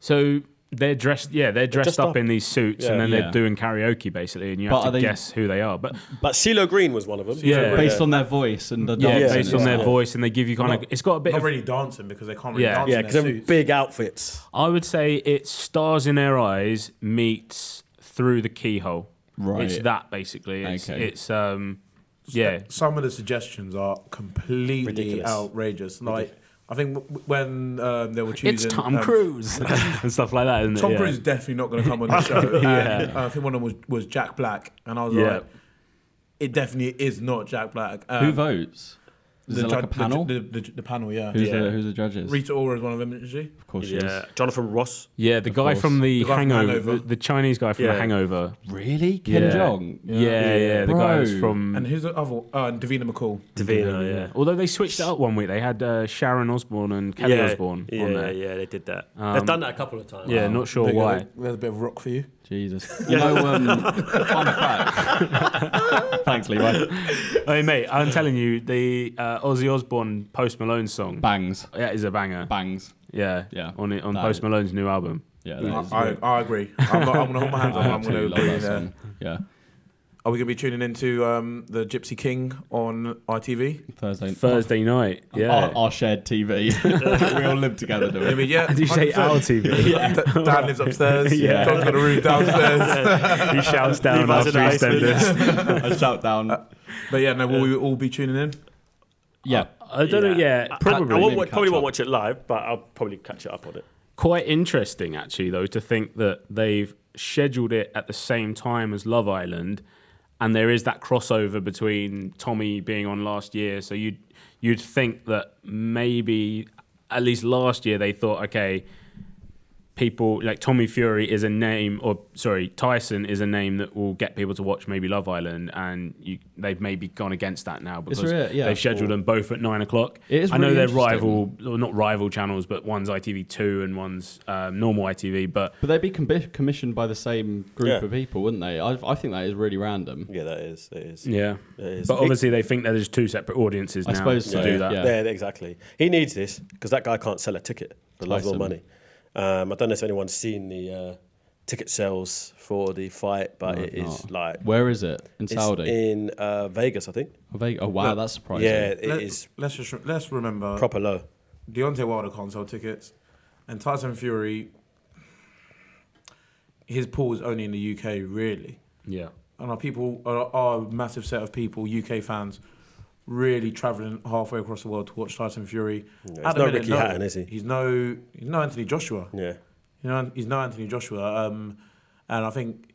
S1: so They're dressed, yeah. They're dressed
S6: dressed
S1: up,
S6: up.
S1: in these suits,
S6: Yeah.
S1: and then
S2: Yeah.
S1: they're doing karaoke basically, and you
S2: But
S1: have to
S2: are they-
S1: guess who they are. But
S6: But CeeLo Green was one of them.
S1: Yeah. Yeah.
S2: based on their voice and the
S1: yeah,
S2: dance
S1: based
S2: and
S1: on their
S2: stuff.
S1: voice, and they give you kind of.
S3: Not-
S1: It's got a bit
S3: Not
S1: of.
S3: really dancing because they can't really
S1: Yeah.
S3: dance
S6: Yeah,
S3: in
S6: because
S3: their
S6: they're
S3: suits.
S6: big outfits.
S1: I would say it's stars in their eyes meets through the keyhole.
S2: Right.
S1: It's that basically. It's,
S2: Okay.
S1: it's um, yeah.
S3: Some of the suggestions are completely
S6: Ridiculous.
S3: outrageous. Like, I think w- w- when um, they were choosing
S1: It's Tom
S3: um,
S1: Cruise and stuff like that. Isn't
S3: Tom
S1: it?
S3: Cruise is
S1: Yeah.
S3: definitely not going to come on the show.
S1: Yeah.
S3: And, uh, I think one of them was, was Jack Black, and I was
S1: Yeah.
S3: like, it definitely is not Jack Black. Um,
S2: Who votes? Is it like
S3: ju-
S2: a panel?
S3: The, the, the panel, yeah.
S2: who's,
S3: yeah.
S2: the, who's the judges?
S3: Rita Ora is one of them, isn't she?
S2: of
S1: Oh,
S2: course she
S4: Yeah.
S2: is.
S4: Jonathan Ross.
S1: Yeah, the
S2: Of
S1: guy
S2: course.
S1: from the,
S3: The guy from
S1: Hangover,
S3: Hangover.
S1: The, the Chinese guy from the
S4: Yeah.
S1: Hangover.
S2: Really? Ken
S1: yeah.
S2: Jong?
S1: Yeah, yeah, the guy was
S2: Bro.
S1: from.
S3: And who's the other one? Uh, Davina McCall.
S4: Davina, yeah.
S1: Although they switched it up one week, they had uh, Sharon Osbourne and Kelly
S4: yeah,
S1: Osbourne
S4: Yeah,
S1: on there. Yeah,
S4: yeah, they did that.
S1: Um,
S4: They've done that a couple of times.
S1: not sure
S3: There you go.
S1: why.
S3: There's a bit of rock for you.
S2: Jesus. You know, um, fun fact. Thanks, Leroy.
S1: hey, mate, I'm telling you, the uh, Ozzy Osbourne Post Malone song
S2: Bangs.
S1: yeah, is a banger.
S2: Bangs.
S1: Yeah,
S2: Yeah.
S1: On it, on
S2: That-
S1: Post Malone's new album.
S2: Yeah,
S1: Yeah.
S2: that is.
S3: I, I agree. I'm, not, I'm gonna hold my hands up.
S2: I
S3: I'm gonna
S2: absolutely
S3: be
S2: love that
S3: in there.
S2: song. Yeah.
S3: Are we gonna be tuning into um, the Gypsy King on ITV?
S2: Thursday.
S1: Thursday night. Yeah.
S4: Oh,
S2: Our, our shared TV. we all live together, do
S3: I
S2: we?
S3: mean, yeah.
S1: Did you say our
S3: 100%.
S1: TV?
S3: D- Dan lives upstairs.
S1: Yeah.
S3: yeah. John's got a room downstairs.
S1: he shouts down
S4: Leave us
S1: after
S4: oh. in
S1: he sent
S4: Iceland.
S1: this.
S2: I shout
S4: Uh,
S2: down.
S3: but yeah, no, will we all be tuning in?
S2: Yeah.
S4: uh,
S1: I don't know. Yeah,
S4: I- I-
S1: probably.
S4: I, won't-
S2: Maybe catch
S4: probably
S2: up.
S4: won't watch it live, but I'll probably catch it up on it.
S1: Quite interesting, actually, though, to think that they've scheduled it at the same time as Love Island, and there is that crossover between Tommy being on last year. So you'd you'd think that maybe at least last year they thought, okay, people like Tommy Fury is a name, or sorry, Tyson is a name that will get people to watch maybe Love Island, and you, they've maybe gone against that now because
S2: really- yeah,
S1: they've scheduled
S2: or-
S1: them both at nine o'clock.
S2: It is
S1: I know
S2: really
S1: they're
S2: interesting.
S1: rival, or not rival channels, but one's ITV two and one's um, normal ITV. But
S2: But they'd be combi- commissioned by the same group
S4: Yeah.
S2: of people, wouldn't they? I, I think that is really random.
S4: Yeah, that is. That is.
S1: yeah,
S4: is.
S1: but obviously they think that there's two separate audiences.
S2: I
S1: now
S2: suppose
S1: to
S2: so,
S1: do that.
S2: yeah.
S4: Yeah, exactly. He needs this because that guy can't sell a ticket for love or
S2: Tyson.
S4: money. Um, I don't know if anyone's seen the uh, ticket sales for the fight, but
S2: No,
S4: it is
S2: not.
S4: like
S2: Where is it? In
S4: it's
S2: Saudi?
S4: in uh, Vegas, I think.
S2: Are they- oh, wow, that's surprising.
S4: Yeah, it is
S3: Let, us just re- let's remember
S4: proper low.
S3: Deontay Wilder can't sell tickets, and Tyson Fury. His pool is only in the UK, really.
S1: yeah.
S3: and our people are, are a massive set of people, UK fans, really travelling halfway across the world to watch Tyson Fury.
S4: he's
S3: At the
S4: no
S3: minute,
S4: Ricky Hatton, is he?
S3: He's no, he's no Anthony Joshua.
S4: Yeah.
S3: You know, he's no Anthony Joshua. Um, and I think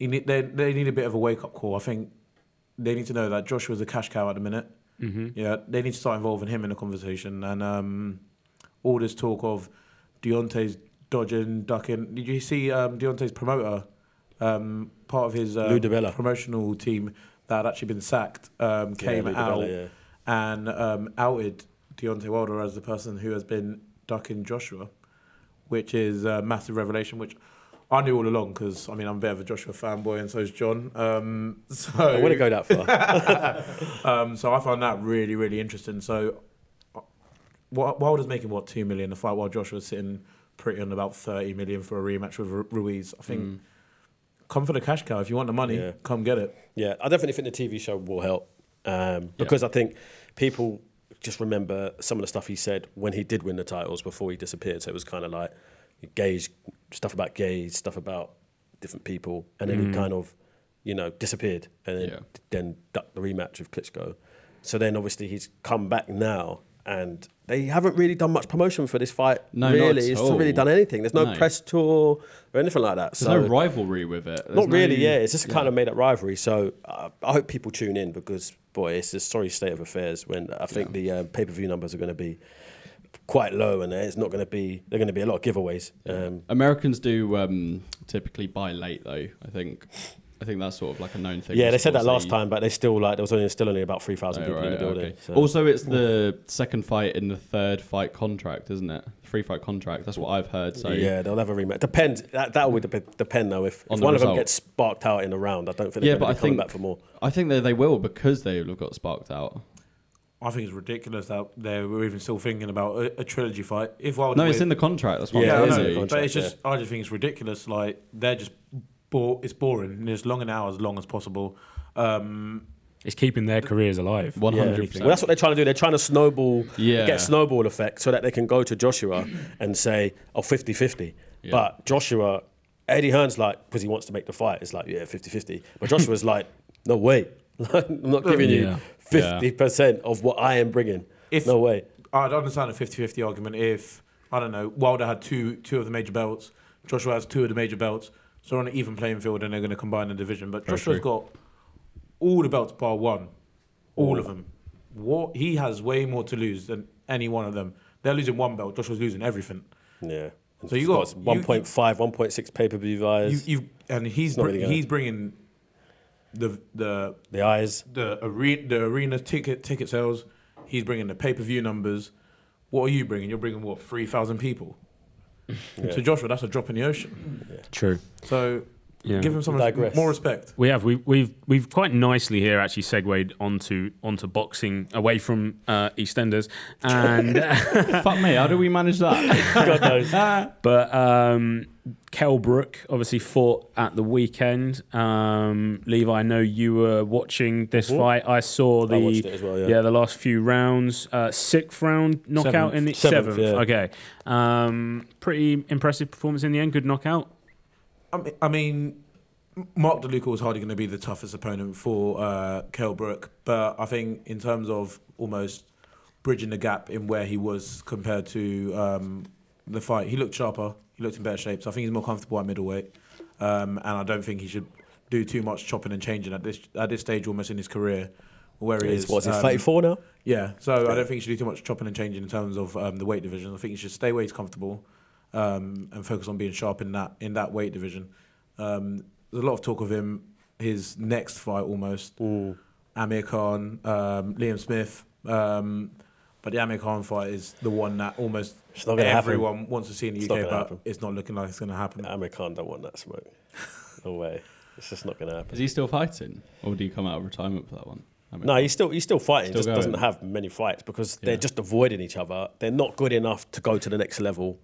S3: he need, they they need a bit of a wake up call. I think they need to know that Joshua's a cash cow at the minute. Mm-hmm. Yeah, they need to start involving him in the conversation. And um, all this talk of Deontay's dodging, ducking. Did you see um, Deontay's promoter, um, part of his
S4: Lou
S3: uh,
S4: DiBella.
S3: promotional team that had actually been sacked, um, came
S4: Lou
S3: out
S4: DiBella,
S3: and um, outed Deontay Wilder as the person who has been ducking Joshua, which is a massive revelation, which I knew all along because, I mean, I'm a bit of a Joshua fanboy and so is John. Um, so,
S4: I
S2: Oh,
S4: wouldn't go that far.
S3: um, so I found that really, really interesting. So uh, Wa- Wilder's making, what, 2 million a fight while Joshua's sitting pretty on about 30 million for a rematch with Ru- Ruiz. I
S2: Mm.
S3: think come for the cash cow. If you want the money,
S4: Yeah.
S3: come get it.
S4: yeah, I definitely think the TV show will help um, because I think people just remember some of the stuff he said when he did win the titles before he disappeared. So it was kind of like gays, stuff about gays, stuff about different people, and then he kind of, you know, disappeared and then
S2: Mm. Yeah.
S4: then ducked the rematch with Klitschko. So then obviously he's come back now. And they haven't really done much promotion for this fight.
S2: No, not
S4: really,
S2: at
S4: it's not really
S2: all.
S4: done anything. There's no,
S2: No.
S4: press tour or anything like that.
S2: There's
S4: so
S2: no rivalry with it. There's
S4: not
S2: no-
S4: really, yeah. It's just a kind of made up rivalry. So uh, I hope people tune in because, boy, it's a sorry state of affairs when I think the uh, pay per view numbers are going to be quite low and it's not going to be, there are going to be a lot of giveaways. Um,
S2: Americans do um, typically buy late, though. I think. I think that's sort of like a known thing.
S4: yeah,
S2: with
S4: they said that last
S2: sports you-
S4: time, but they still like, there was only, still only about 3,000
S2: Oh,
S4: people in the
S2: right,
S4: building.
S2: okay.
S4: So.
S2: Also, it's the second fight in the third fight contract, isn't it? Three fight contract. That's what I've heard. So
S4: yeah, they'll have a rematch. Depends. That that would dep- depend though. If,
S2: On
S4: if
S2: the
S4: one of them
S2: result.
S4: gets sparked out in a round, I don't think they're
S2: yeah,
S4: going
S2: but
S4: to
S2: I
S4: be coming
S2: think
S4: back for more.
S2: I think that they will because they will have got sparked out.
S3: I think it's ridiculous that they were even still thinking about a, a trilogy fight. If I would
S2: No, it's in the contract. That's what
S4: Yeah,
S3: yeah,
S2: I'm
S3: I
S4: it is
S3: know,
S4: in the
S2: saying.
S4: contract.
S3: but it's just I just think it's ridiculous. Like they're just bo- it's boring. And it's long an hour as long as possible. Um,
S1: It's keeping their careers alive.
S2: 100%.
S4: Well, that's what they're trying to do. They're trying to snowball,
S2: Yeah.
S4: get snowball effect so that they can go to Joshua and say, oh, 50 50.
S2: Yeah.
S4: But Joshua, Eddie Hearn's like, because he wants to make the fight, it's like, yeah, 50 50. But Joshua's like, no way. I'm not giving
S1: Yeah.
S4: you 50% of what I am bringing.
S3: If-
S4: no way.
S3: I'd understand a 50-50 argument if I don't know Wilder had two two of the major belts, Joshua has two of the major belts, so they're on an even playing field and they're going to combine the division. But Joshua's got all the belts bar one, all of them. What he has way more to lose than any one of them. They're losing one belt. Joshua's losing everything.
S4: Yeah.
S3: So you
S4: He's
S3: got- you-
S4: 1.5, 1.6 pay per view
S3: You,
S4: viewers,
S3: you and he's
S4: not
S3: br-
S4: really gonna-
S3: he's bringing the the
S4: the eyes.
S3: the arena, the arena ticket ticket sales. He's bringing the pay per view numbers. What are you bringing? You're bringing what three thousand people. So Joshua, that's a drop in the ocean.
S1: True.
S3: So
S1: Yeah.
S3: give him some
S4: Digress.
S3: more respect.
S1: We have we, we've we've quite nicely here actually segued onto onto boxing away from uh, EastEnders, and
S2: Fuck me, how do we manage that?
S4: God knows.
S1: but um, Kel Brook obviously fought at the weekend. Um, Levi, I know you were watching this fight. I saw the
S4: watched it as well, yeah.
S1: the last few rounds, uh, sixth round knockout
S3: Seventh.
S1: in the
S4: Seventh,
S1: seventh.
S4: yeah.
S1: Okay, um, pretty impressive performance in the end. Good knockout.
S3: I mean, I mean Mark DeLuca was hardly going to be the toughest opponent for uh, Kell Brook, but I think in terms of almost bridging the gap in where he was compared to um, the fight, he looked sharper. He looked in better shape. So I think he's more comfortable at middleweight, um, and I don't think he should do too much chopping and changing at this at this stage, almost in his career, where he
S4: He's,
S3: is.
S4: what's he,
S3: Um,
S4: 34 now?
S3: yeah, so I don't think you should do too much chopping and changing in terms of um, the weight division. I think you should stay where he's comfortable um, and focus on being sharp in that in that weight division. Um, there's a lot of talk of him, his next fight almost, Amir Khan, um, Liam Smith, um, but the Amir Khan fight is the one that almost
S4: It's not gonna happen.
S3: everyone wants to see in the
S4: It's not
S3: UK,
S4: gonna
S3: but
S4: happen.
S3: it's not looking like it's going to happen.
S4: American don't want that smoke. No way. It's just not going to happen.
S2: Is he still fighting? Or do you come out of retirement for that one? I mean,
S4: No, he's still he's still fighting.
S2: Still
S4: just doesn't
S2: going.
S4: have many fights because they're
S2: Yeah.
S4: just avoiding each other. They're not good enough to go to the next level,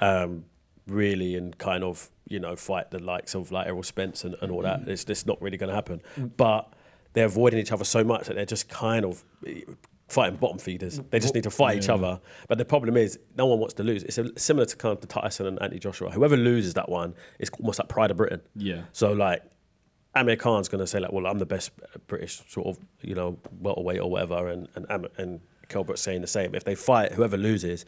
S4: um, really, and kind of you know fight the likes of like Errol Spence and, and all that.
S2: Mm.
S4: It's it's not really going to happen. But they're avoiding each other so much that they're just kind of eh, fighting bottom feeders.
S2: Mm.
S4: They just need to fight each other. But the problem is, no one wants to lose. It's a, similar to kind of the Tyson and Anthony Joshua. Whoever loses that one, it's almost like Pride of Britain.
S2: Yeah.
S4: So like, Amir Khan's going to say like, well, I'm the best British sort of you know welterweight or whatever, and and Am- and Kelbrook's saying the same. If they fight, whoever loses,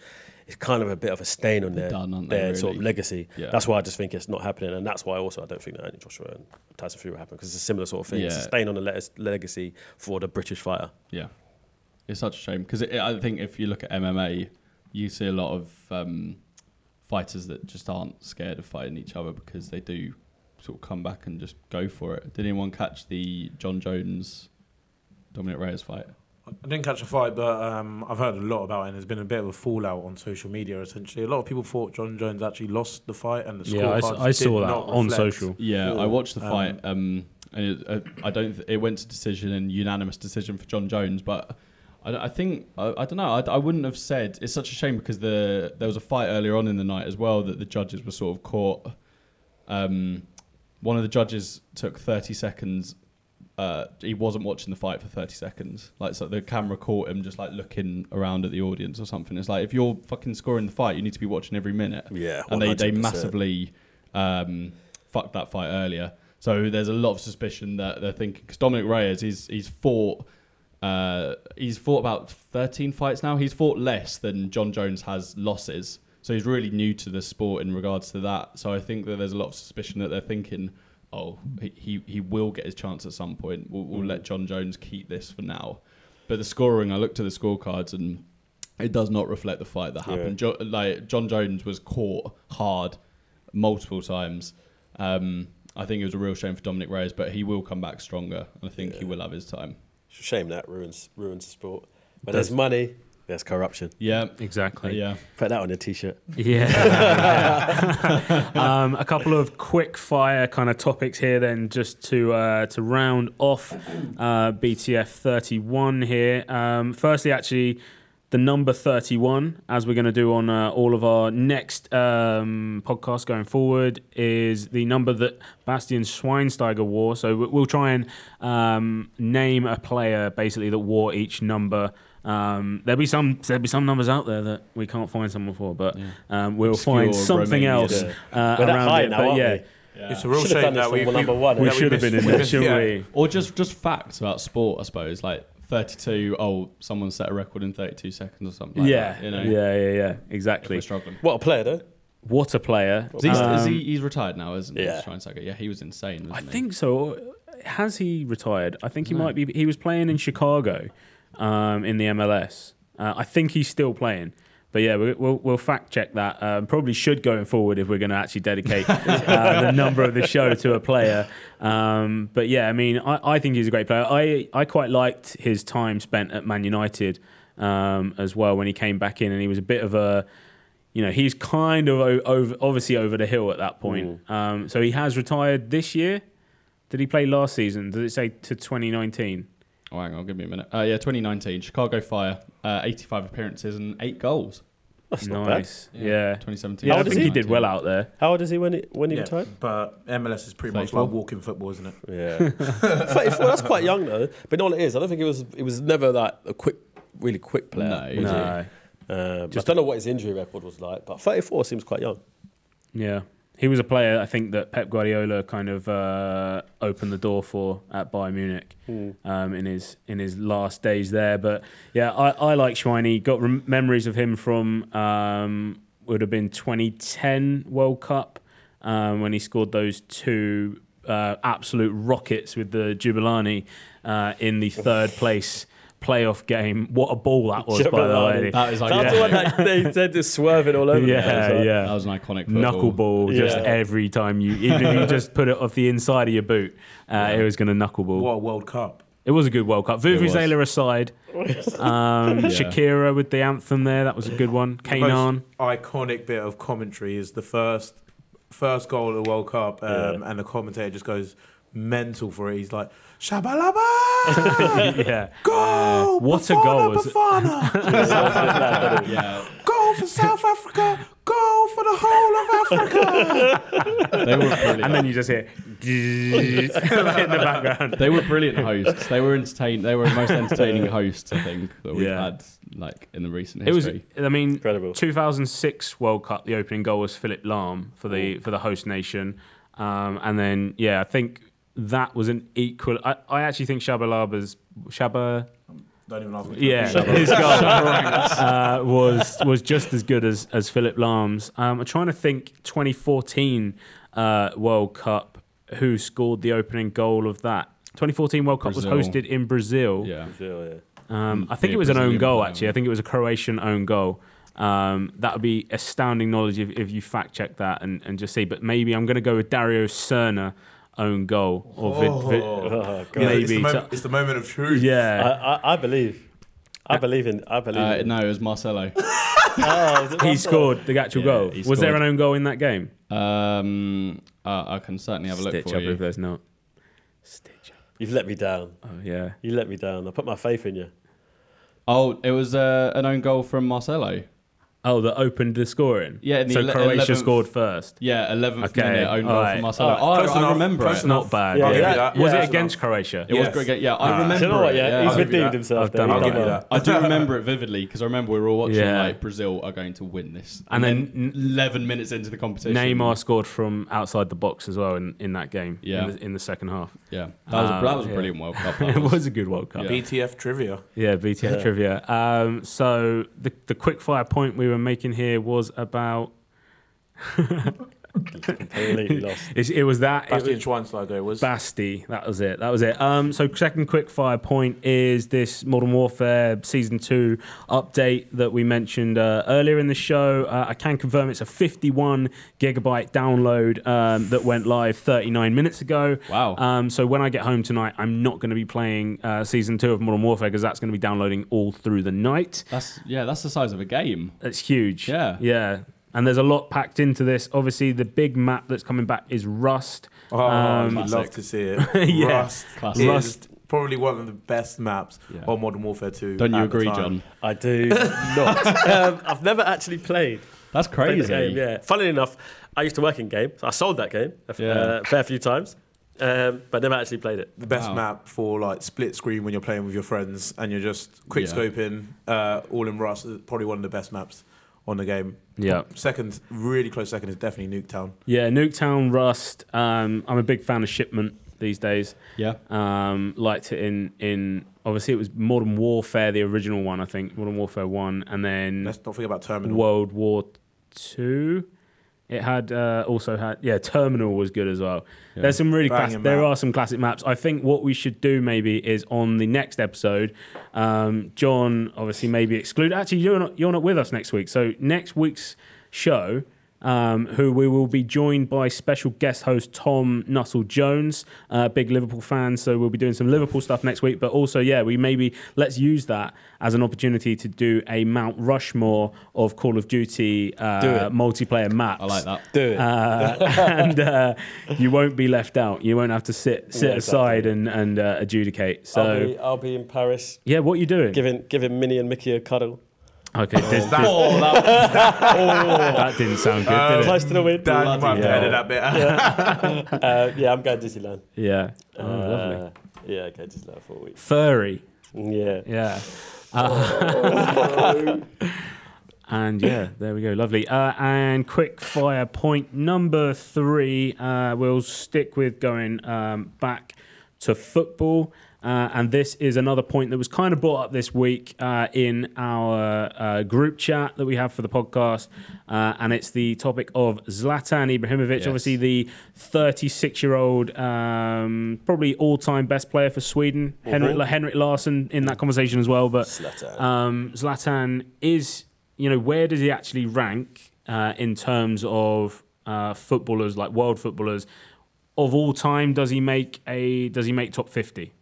S4: it's kind of a bit of a stain on their
S2: done, aren't they,
S4: their sort of
S2: really?
S4: legacy.
S2: Yeah.
S4: That's why I just think it's not happening, and that's why also I don't think that Anthony Joshua and Tyson Fury will happen because it's a similar sort of thing. It's a
S2: Yeah.
S4: stain on the le- legacy for the British fighter.
S2: Yeah, it's such a shame because I think if you look at MMA, you see a lot of um, fighters that just aren't scared of fighting each other because they do sort of come back and just go for it. Did anyone catch the John Jones Dominic Reyes fight?
S3: I didn't catch a fight, but um, I've heard a lot about it, and there's been a bit of a fallout on social media. Essentially, a lot of people thought John Jones actually lost the fight, and the
S1: Yeah, I s-
S3: scorecards
S1: I
S3: did
S1: saw that
S3: not
S1: on
S3: reflect.
S1: social.
S2: Yeah, I watched the
S3: Um,
S2: fight. Um, and it, uh, I don't. Th- it went to decision and unanimous decision for John Jones, but. I, don't- I think I, I don't know. I, I wouldn't have said it's such a shame because the there was a fight earlier on in the night as well that the judges were sort of caught. Um, one of the judges took thirty seconds. Uh, he wasn't watching the fight for thirty seconds. Like so, the camera caught him just like looking around at the audience or something. It's like if you're fucking scoring the fight, you need to be watching every minute
S4: Yeah,
S2: and they, they
S4: 100%.
S2: massively um, fucked that fight earlier. So there's a lot of suspicion that they're thinking because Dominic Reyes he's he's fought uh, he's fought about 13 fights now. He's fought less than John Jones has losses, so he's really new to the sport in regards to that. So I think that there's a lot of suspicion that they're thinking, oh, he he, he will get his chance at some point. We'll, we'll let John Jones keep this for now. But the scoring, I looked at the scorecards and it does not reflect the fight that happened. Jo- like John Jones was caught hard multiple times. Um, I think it was a real shame for Dominic Reyes, but he will come back stronger, and I think he will have his time.
S4: It's a shame that ruins ruins the sport. But there's money.
S5: There's corruption.
S2: Yeah.
S1: Exactly.
S2: Yeah.
S5: Put that on a t-shirt.
S1: Yeah. um, a couple of quick fire kind of topics here, then, just to uh, to round off uh, BTF 31 here. Um, firstly, actually, the number 31, as we're going to do on uh, all of our next um, podcasts going forward, is the number that Bastian Schweinsteiger wore. So we- we'll try and um, name a player basically that wore each number. Um, there'll be some there'll be some numbers out there that we can't find someone for, but um, we'll
S2: Obscure
S1: find something
S2: Romanian.
S1: else
S2: Yeah.
S1: uh,
S5: We're that
S1: around
S5: high
S1: it.
S5: now,
S1: but
S5: aren't
S1: yeah,
S5: we?
S3: It's a real
S5: Should've done
S3: shame
S5: this
S3: that we,
S5: from
S3: we,
S5: number one.
S1: we
S3: that
S1: should have
S3: missed-
S1: been in
S3: we
S1: there,
S3: missed-
S1: shouldn't
S3: yeah.
S1: we?
S2: Or just just facts about sport, I suppose. Like 32. Oh, someone set a record in 32 seconds or something. Like
S1: yeah,
S2: That, you know.
S1: yeah, yeah, yeah,
S2: If we're
S1: exactly.
S2: struggling.
S5: What a player, though.
S1: What a player!
S2: Is he, is
S1: Um,
S2: he, he's retired now, isn't he?
S5: Yeah.
S2: Schweinsteiger? Yeah, he was insane. Wasn't
S1: I
S2: he?
S1: think so. Has he retired? I think he might be. He was playing in Chicago um, in the MLS. Uh, I think he's still playing. But yeah, we, we'll, we'll fact check that. Um, probably should going forward if we're going to actually dedicate uh, the number of the show to a player. Um, but yeah, I mean, I, I think he's a great player. I, I quite liked his time spent at Man United um, as well when he came back in and he was a bit of a you know, he's kind of o- over, obviously over the hill at that point. Um, so he has retired this year. Did he play last season? Does it say to 2019?
S2: Oh, hang on, give me a minute. Uh, yeah, 2019, Chicago Fire, uh, 85 appearances and eight goals.
S5: That's not bad.
S1: nice. Yeah.
S2: 2017.
S1: Yeah,
S5: How
S1: I
S5: old is
S1: think he did well out there.
S5: How old is he when he, when he
S3: Yeah,
S5: retired?
S3: But MLS is pretty much
S2: 34.
S3: like walking football, isn't it?
S5: Yeah, 34, that's quite young though. But no, it is. I don't think it was. It was never like a quick, really quick player.
S2: No,
S5: was
S2: no.
S5: he? Um, I don't know what his injury record was like, but 34 seems quite young.
S1: Yeah. He was a player, I think, that Pep Guardiola kind of uh, opened the door for at Bayern Munich
S2: Hmm.
S1: um, in his in his last days there. But yeah, I, I like Schweini. Got rem- memories of him from um, would have been 2010 World Cup um, when he scored those two uh, absolute rockets with the Jubilani uh, in the third place playoff game. What a ball that was, by the
S5: Jubilani.
S1: way.
S2: That is
S5: um, That's the one
S2: iconic.
S5: that they said just swerving all over. the place,
S1: Yeah,
S5: like-
S1: yeah
S2: That was an iconic football.
S1: knuckleball just
S5: Yeah.
S1: every time you even if you just put it off the inside of your boot uh, it was going to knuckleball
S3: What a World Cup.
S1: it was a good world cup
S2: was.
S1: vuvuzela aside um, shakira with the anthem there that was a good one
S3: The most
S1: kanan
S3: iconic bit of commentary is the first first goal of the World Cup, um, and the commentator just goes mental for it. He's like, Shabalaba!
S1: yeah
S3: Goal!
S1: What a
S3: Bafana,
S1: goal was-
S3: Bafana!
S2: Yeah,
S3: goal for South Africa! Goal for the whole of Africa!
S2: they were brilliant.
S1: and then you just hear in the background
S2: they were brilliant hosts. They were entertain. They were the most entertaining hosts I think that we've
S1: Yeah.
S2: had like in the recent
S1: It was.
S2: history.
S1: I mean,
S5: Incredible.
S1: 2006 World Cup. The opening goal was Philip Lahm for the for the host nation, um, and then yeah, I think that was an equal. I, I actually think Shabalaba's Shaba
S3: Don't even ask me.
S1: yeah his goal uh, was was just as good as as Philip Lahm's. Um, I'm trying to think 2014 uh, World Cup. Who scored the opening goal of that? 2014 World Cup was
S2: Brazil.
S1: hosted in Brazil.
S2: yeah,
S5: Brazil, yeah.
S1: Um, I think
S2: Mm, Yeah,
S1: it was an own
S2: Brazilian
S1: goal,
S2: player.
S1: actually. I think it was a Croatian own goal. Um, that would be astounding knowledge if, if you fact check that and, and just see. But maybe I'm going to go with Dario Cerna own goal. Or vid, vid-
S5: Oh, God.
S3: Yeah, It's the,
S1: maybe.
S3: moment, it's the moment of truth.
S5: I,
S1: yeah.
S5: I, I believe. I believe in. I believe.
S2: uh,
S5: in.
S2: no, it was Marcelo.
S5: Oh, is it
S1: he
S5: Marcelo?
S1: scored the actual
S2: Uh, Yeah,
S1: goal.
S2: he
S1: Was there an
S2: scored.
S1: own goal in that game?
S2: Um, uh, I can certainly have a look
S1: Stitch
S2: for
S1: up
S2: you.
S1: if there's not. Stitch up.
S5: You've let me down.
S1: Oh, yeah.
S5: You let me down. I put my faith in you.
S2: Oh, it was uh, an own goal from Marcelo.
S1: Oh, that opened the scoring?
S2: Yeah, in the
S1: So
S2: ele-
S1: Croatia
S2: 11th
S1: scored first.
S2: Yeah, 11th
S1: Okay,
S2: minute own goal
S1: alright.
S2: from Marcelo.
S5: Alright,
S2: Oh, I,
S3: close enough,
S2: remember
S3: close
S2: it.
S1: It's not bad.
S5: Yeah,
S1: Yeah.
S5: I'll give you that.
S1: Was
S3: Yeah,
S1: it
S3: that's
S1: against
S3: enough.
S1: Croatia?
S2: It
S3: Yes.
S2: was great. game. Yeah, I
S1: Ah.
S2: remember.
S5: Do you know what?
S2: it,
S5: Yeah, he's
S3: I'll give you
S5: redeemed
S3: that.
S5: himself.
S1: I've
S5: there.
S1: done
S5: He's
S1: it.
S3: I'll
S5: done
S3: give you
S5: well.
S3: that.
S2: I do remember it vividly because I remember we were all watching
S1: Yeah.
S2: like Brazil are going to win this,
S1: And then-
S2: then eleven minutes into the competition,
S1: Neymar scored from outside the box as well in, in that game.
S2: Yeah.
S1: In the, in the second half.
S2: Yeah, that was, a
S1: Um,
S2: that was a
S1: yeah.
S2: brilliant World Cup.
S1: it
S2: That was.
S1: was a good World Cup.
S2: Yeah.
S3: BTF trivia.
S1: Yeah, BTF
S5: Yeah.
S1: trivia. Um, so the the quick fire point we were making here was about
S5: completely lost.
S1: It's, it was that. It
S3: Bastian
S1: was
S3: Schweinsteiger it was.
S1: Basti. That was it. That was it. Um, so second quick fire point is this Modern Warfare Season 2 update that we mentioned uh, earlier in the show. Uh, I can confirm it's a 51 gigabyte download um, that went live 39 minutes ago.
S2: Wow.
S1: Um, so when I get home tonight, I'm not going to be playing uh, Season 2 of Modern Warfare because that's going to be downloading all through the night.
S2: That's yeah, that's the size of a game.
S1: It's huge.
S2: Yeah.
S1: Yeah. And there's a lot packed into this. Obviously, the big map that's coming back is Rust.
S3: Oh,
S1: Um,
S3: you'd love
S2: classic.
S3: to see it.
S1: Yeah.
S3: Rust.
S2: Classic.
S3: Rust. Probably one of the best maps
S2: Yeah.
S3: on Modern Warfare 2.
S2: Don't you
S3: at the
S2: agree,
S3: time.
S2: John?
S5: I do not. um, I've never actually played.
S2: That's
S5: played
S2: crazy.
S5: the game, yeah. Funnily enough, I used to work in game. So I sold that game a f-
S2: Yeah.
S5: uh, a fair few times, um, but never actually played it.
S3: The best
S2: Wow.
S3: map for like split screen when you're playing with your friends and you're just quick
S2: Yeah.
S3: scoping, uh, all in Rust. is Probably one of the best maps on the game.
S1: Yeah.
S3: Second, really close second is definitely Nuketown.
S1: Yeah, Nuketown, Rust. Um, I'm a big fan of Shipment these days.
S2: Yeah.
S1: Um, liked it in in obviously it was Modern Warfare, the original one, I think. Modern Warfare One, and then
S3: Let's not forget about Terminal.
S1: World War Two. It had uh, also had yeah, Terminal was good as well.
S2: Yeah.
S1: There's some really
S3: Banging
S1: classic. There
S3: map.
S1: are some classic maps. I think what we should do maybe is on the next episode, um, John obviously maybe exclude. Actually, you're not you're not with us next week. So next week's show, um, who we will be joined by special guest host Tom Nuttall Jones, uh, big Liverpool fan. So we'll be doing some Liverpool stuff next week. But also, yeah, we maybe let's use that as an opportunity to do a Mount Rushmore of Call of Duty uh, multiplayer maps.
S2: I like that.
S5: Do it.
S1: Uh, and uh, you won't be left out. You won't have to sit sit
S5: Yeah,
S1: aside and and uh, adjudicate.
S4: Oh,
S5: I'll,
S1: So
S5: be, I'll be in Paris
S1: yeah, what are you doing?
S5: giving giving Minnie and Mickey a cuddle.
S1: okay, did, did,
S3: That,
S2: Oh, that
S1: that didn't sound good, did
S4: Uh,
S1: it?
S5: Close to the win.
S3: Dan, you might have to
S1: hell.
S3: edit that bit. out.
S5: Uh, yeah, I'm going to Disneyland.
S1: Yeah. Oh,
S5: Uh,
S1: lovely.
S5: Yeah, okay, Disneyland for a week.
S1: Furry.
S5: Yeah.
S1: Yeah. Uh, and yeah, there we go. Lovely. Uh, and quick fire point number three. Uh, we'll stick with going um, back to football. Uh, and this is another point that was kind of brought up this week uh, in our uh, group chat that we have for the podcast. Uh, and it's the topic of Zlatan Ibrahimovic,
S2: Yes.
S1: obviously the 36 year old, um, probably all time best player for Sweden. Henrik, Henrik Larsson in that conversation as well. But
S5: Zlatan.
S1: um, Zlatan is, you know, where does he actually rank uh, in terms of uh, footballers, like world footballers, of all time? Does he make a? Does he make top fifty?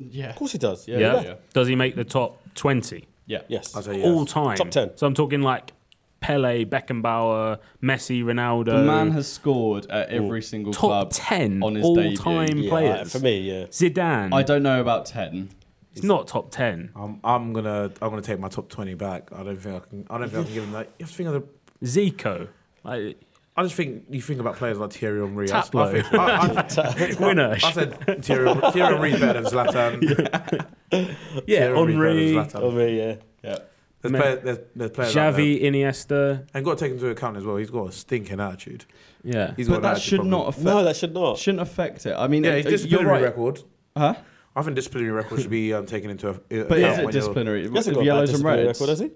S2: yeah.
S5: Of course he does.
S2: Yeah. yeah.
S1: Does he make the top twenty
S2: Yeah.
S5: Yes.
S3: I'll say
S1: all
S3: yes.
S1: time?
S5: Top 10.
S1: So I'm talking like Pele, Beckenbauer, Messi, Ronaldo.
S2: The man has scored at every single
S1: top
S2: club
S1: ten
S2: on his debut.
S1: all-time
S5: Yeah,
S1: players.
S5: For me, yeah.
S1: Zidane.
S2: I don't know about ten.
S1: it's not top ten.
S3: I'm, I'm gonna I'm gonna take my top twenty back. I don't think I can. I don't think I can give him that. You have to think of the.
S1: Zico. Like,
S3: I just think you think about players like Thierry Henry. I,
S1: Taplow.
S3: I, think, I, I,
S1: winner.
S3: I said Thierry, Thierry Henry's better than Zlatan.
S1: yeah,
S3: Thierry Henry's
S1: Henri,
S3: better
S5: For
S3: than
S2: Oh,
S3: Zlatan.
S5: me, yeah.
S2: Yeah.
S3: There's,
S1: Man.
S3: player, there's, there's players like that.
S1: Xavi, Iniesta.
S3: And got to take into account as well. He's got a stinking attitude.
S1: Yeah.
S3: He's got
S2: But
S3: an
S2: that
S3: attitude
S2: should
S3: problem.
S2: not affect.
S5: No, that should not.
S2: shouldn't affect it. I mean,
S3: Yeah,
S2: it-
S3: his
S2: it- you're
S3: disciplinary
S2: right.
S3: record.
S2: Huh?
S3: I think disciplinary record should be um, taken into a- account.
S2: But is
S3: when
S2: it disciplinary?
S5: He hasn't
S2: With
S5: got a bad
S2: yellows and
S5: disciplinary
S2: reds.
S5: record, has he?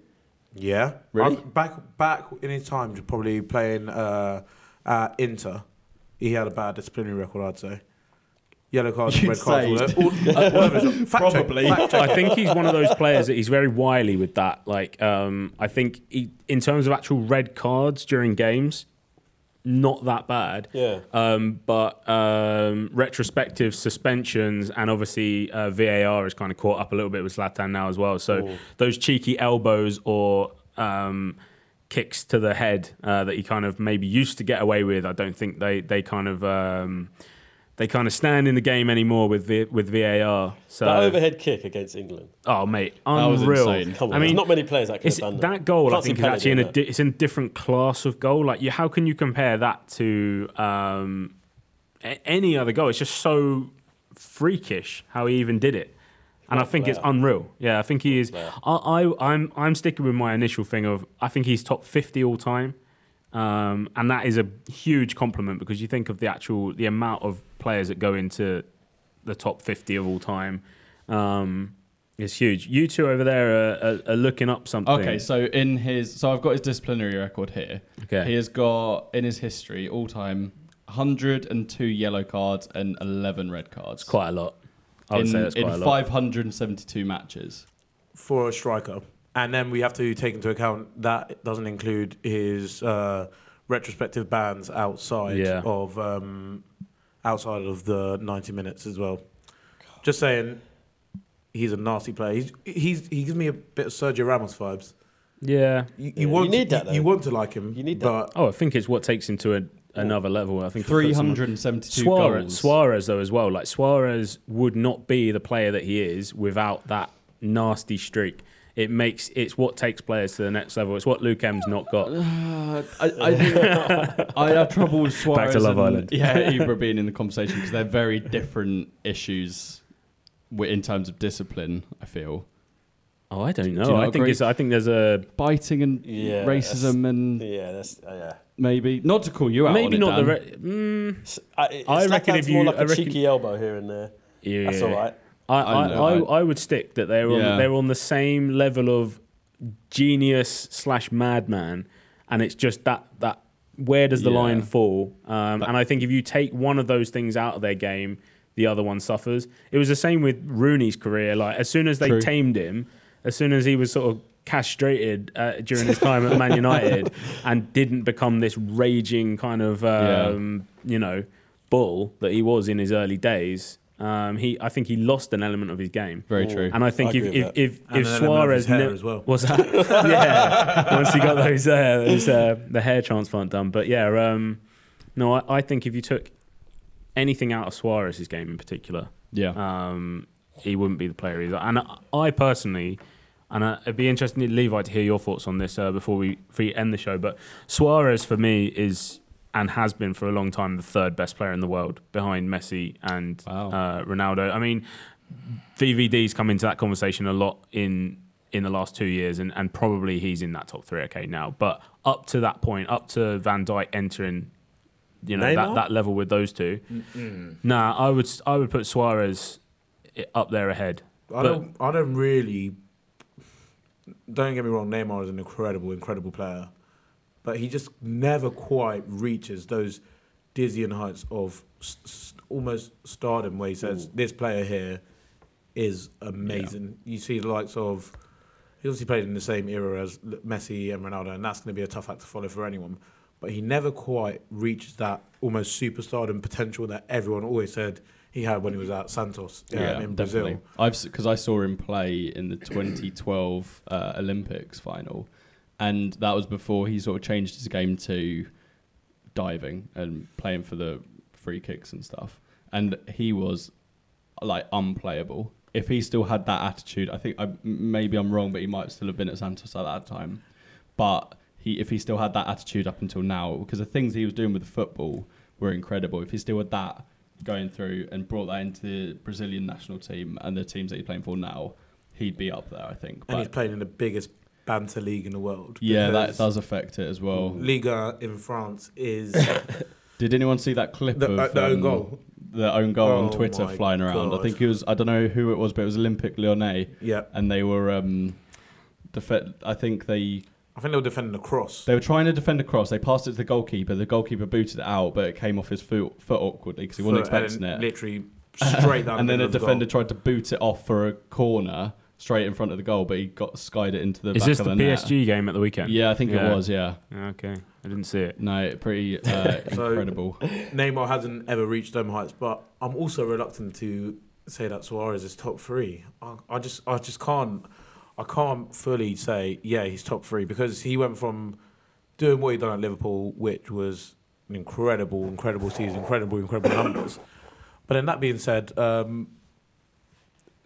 S3: You're, yeah.
S2: Really?
S3: I've- back back in his time, probably playing uh, at Inter, he had a bad disciplinary record. I'd say. Yellow cards,
S2: You'd
S3: red cards, all,
S2: say.
S3: o- all, all over the shop. Fact check,
S2: Probably.
S3: fact check.
S1: I think he's one of those players that he's very wily with that. Like, um, I think he, in terms of actual red cards during games, not that bad.
S5: Yeah.
S1: Um, but um, retrospective suspensions and obviously uh, VAR is kind of caught up a little bit with Zlatan now as well. So those cheeky elbows or um, kicks to the head uh, that he kind of maybe used to get away with, I don't think they they kind of. Um, they kind of stand in the game anymore with v- with VAR. So
S5: That overhead kick against England.
S1: Oh mate,
S2: was
S1: unreal!
S2: insane.
S5: Come on,
S1: I mean,
S5: there's not many players that could
S1: it's,
S5: have done that.
S1: that goal. I
S5: Can't see
S1: think is
S5: Pele
S1: actually in
S5: doing
S1: a
S5: that.
S1: di- it's in a different class of goal. Like, you, how can you compare that to um, a- any other goal? It's just so freakish how he even did it, and I think it's
S5: player.
S1: unreal. Yeah, I think he is.
S5: player.
S1: I, I I'm I'm sticking with my initial thing of I think he's top fifty all time. Um, and that is a huge compliment because you think of the actual the amount of players that go into the top 50 of all time. Um, is huge. You two over there are, are, are looking up something.
S2: Okay, so in his, so I've got his disciplinary record here.
S1: Okay.
S2: He has got in his history all time 102 yellow cards and 11 red cards.
S1: quite a lot. I would
S2: in,
S1: say that's quite
S2: in
S1: a lot.
S2: 572 matches.
S3: for a striker. And then we have to take into account that doesn't include his uh, retrospective bans outside
S1: Yeah.
S3: of um, outside of the 90 minutes as well. Just saying, he's a nasty player. He's, he's he gives me a bit of Sergio Ramos vibes.
S1: yeah.
S3: You, you
S5: you
S3: want
S5: need that,
S3: you, you
S5: though.
S3: want to like him.
S5: You need that.
S3: but
S1: Oh, I think it's what takes him to a, another level. I think it puts him-
S2: 372
S1: Suarez,
S2: goals.
S1: Suarez though as well. Like Suarez would not be the player that he is without that nasty streak. It makes it's what takes players to the next level. It's what Luke M's not got.
S2: Uh, I, I, think- I have trouble with Suarez.
S1: Back to Love
S2: and-
S1: Island.
S2: Yeah, Ibra being in the conversation because they're very different issues wi- in terms of discipline, I feel.
S1: Oh, I don't know.
S2: you not
S1: I think
S2: agree?
S1: it's, I think there's a
S2: Biting and
S5: Yeah,
S2: racism and
S5: Yeah, that's uh, yeah.
S2: maybe. Not to call you out. on
S1: maybe
S2: it,
S1: not the.
S2: Dan.
S1: Re- mm,
S5: S- I, it's
S1: I reckon
S5: Zlatan's
S1: if
S5: more
S1: you-
S5: like a
S1: I reckon-
S5: cheeky elbow here and there.
S1: yeah,
S5: That's all right.
S1: I,
S2: I
S1: I,
S2: know,
S1: I,
S2: I-
S1: I would stick that they're on,
S2: Yeah.
S1: they're on the same level of genius slash madman, and it's just that that where does the
S2: Yeah.
S1: line fall? Um, and I think if you take one of those things out of their game, the other one suffers. It was the same with Rooney's career. Like as soon as they
S2: True.
S1: tamed him, as soon as he was sort of castrated uh, during his time at Man United and didn't become this raging kind of
S2: Yeah.
S1: um, you know bull that he was in his early days. Um, he, I think he lost an element of his game.
S2: Very true.
S1: And I think
S5: I
S1: if
S5: agree
S1: if,
S5: with
S1: if,
S3: And
S1: if
S3: an element of
S1: Suarez
S3: his hair
S1: ne-
S3: as well.
S1: was that, yeah, once he got those, uh, those uh, the hair transplant done. But yeah, um, no, I, I think if you took anything out of Suarez's game in particular,
S2: yeah.
S1: um, he wouldn't be the player either. And I, I personally, and uh, it'd be interesting, Levi, to hear your thoughts on this uh, before we before we end the show. But Suarez for me is and has been for a long time the third best player in the world behind Messi and
S2: Wow.
S1: uh, Ronaldo. I mean, VVD's come into that conversation a lot in in the last two years, and, and probably he's in that top three. Okay, now, but up to that point, up to Van Dijk entering, you know, that,
S5: Neymar?
S1: that level with those 2 Nah, I would I would put Suarez i- up there ahead. But-
S3: I don't I don't really. Don't get me wrong, Neymar is an incredible, incredible player, but he just never quite reaches those dizzying heights of s- s- almost stardom where he says, "This player here is amazing." You see the likes of. He obviously played in the same era as L- Messi and Ronaldo, and that's going to be a tough act to follow for anyone. But he never quite reached that almost superstardom potential that everyone always said he had when he was at Santos um, in Brazil.
S2: definitely. I've because I saw him play in the 2012 uh, Olympics final, and that was before he sort of changed his game to diving and playing for the free kicks and stuff. And he was like unplayable. If he still had that attitude, I think I m- maybe I'm wrong, but he might still have been at Santos at that time. But he, if he still had that attitude up until now, because the things he was doing with the football were incredible. If he still had that going through and brought that into the Brazilian national team and the teams that he's playing for now, he'd be up there, I think.
S3: and he's
S2: But
S3: playing in the biggest banter league in the world.
S2: yeah, that
S3: because
S2: does affect it as well.
S3: Mm. Liga in France is the, uh,
S2: Did anyone see that clip
S3: the
S2: of
S3: own
S2: um,
S3: goal.
S2: The own goal
S3: Oh
S2: on Twitter
S3: my
S2: flying around.
S3: God.
S2: I think it was I don't know who it was, but it was Olympic Lyonnais.
S3: Yeah,
S2: and they were um defe- I think they
S3: I think they were defending the cross.
S2: they were trying to defend a cross. They passed it to the goalkeeper. The goalkeeper booted it out, but it came off his foot, foot awkwardly because he wasn't
S3: So, and
S2: expecting
S3: then
S2: it.
S3: Literally straight down.
S2: and
S3: the
S2: then a
S3: middle of the
S2: defender
S3: goal.
S2: tried to boot it off for a corner straight in front of the goal, but he got skied it into the
S1: Is
S2: back
S1: this
S2: of
S1: the
S2: the,
S1: PSG game at the
S2: net.
S1: weekend?
S2: Yeah, I think
S1: Yeah.
S2: it was. Yeah,
S1: Okay, I didn't see it.
S2: no, pretty uh, incredible.
S3: Neymar hasn't ever reached them heights, but I'm also reluctant to say that Suarez is top three. I, I just, I just can't, I can't fully say yeah he's top three because he went from doing what he done at Liverpool, which was an incredible, incredible season, incredible, incredible numbers. But then that being said, um,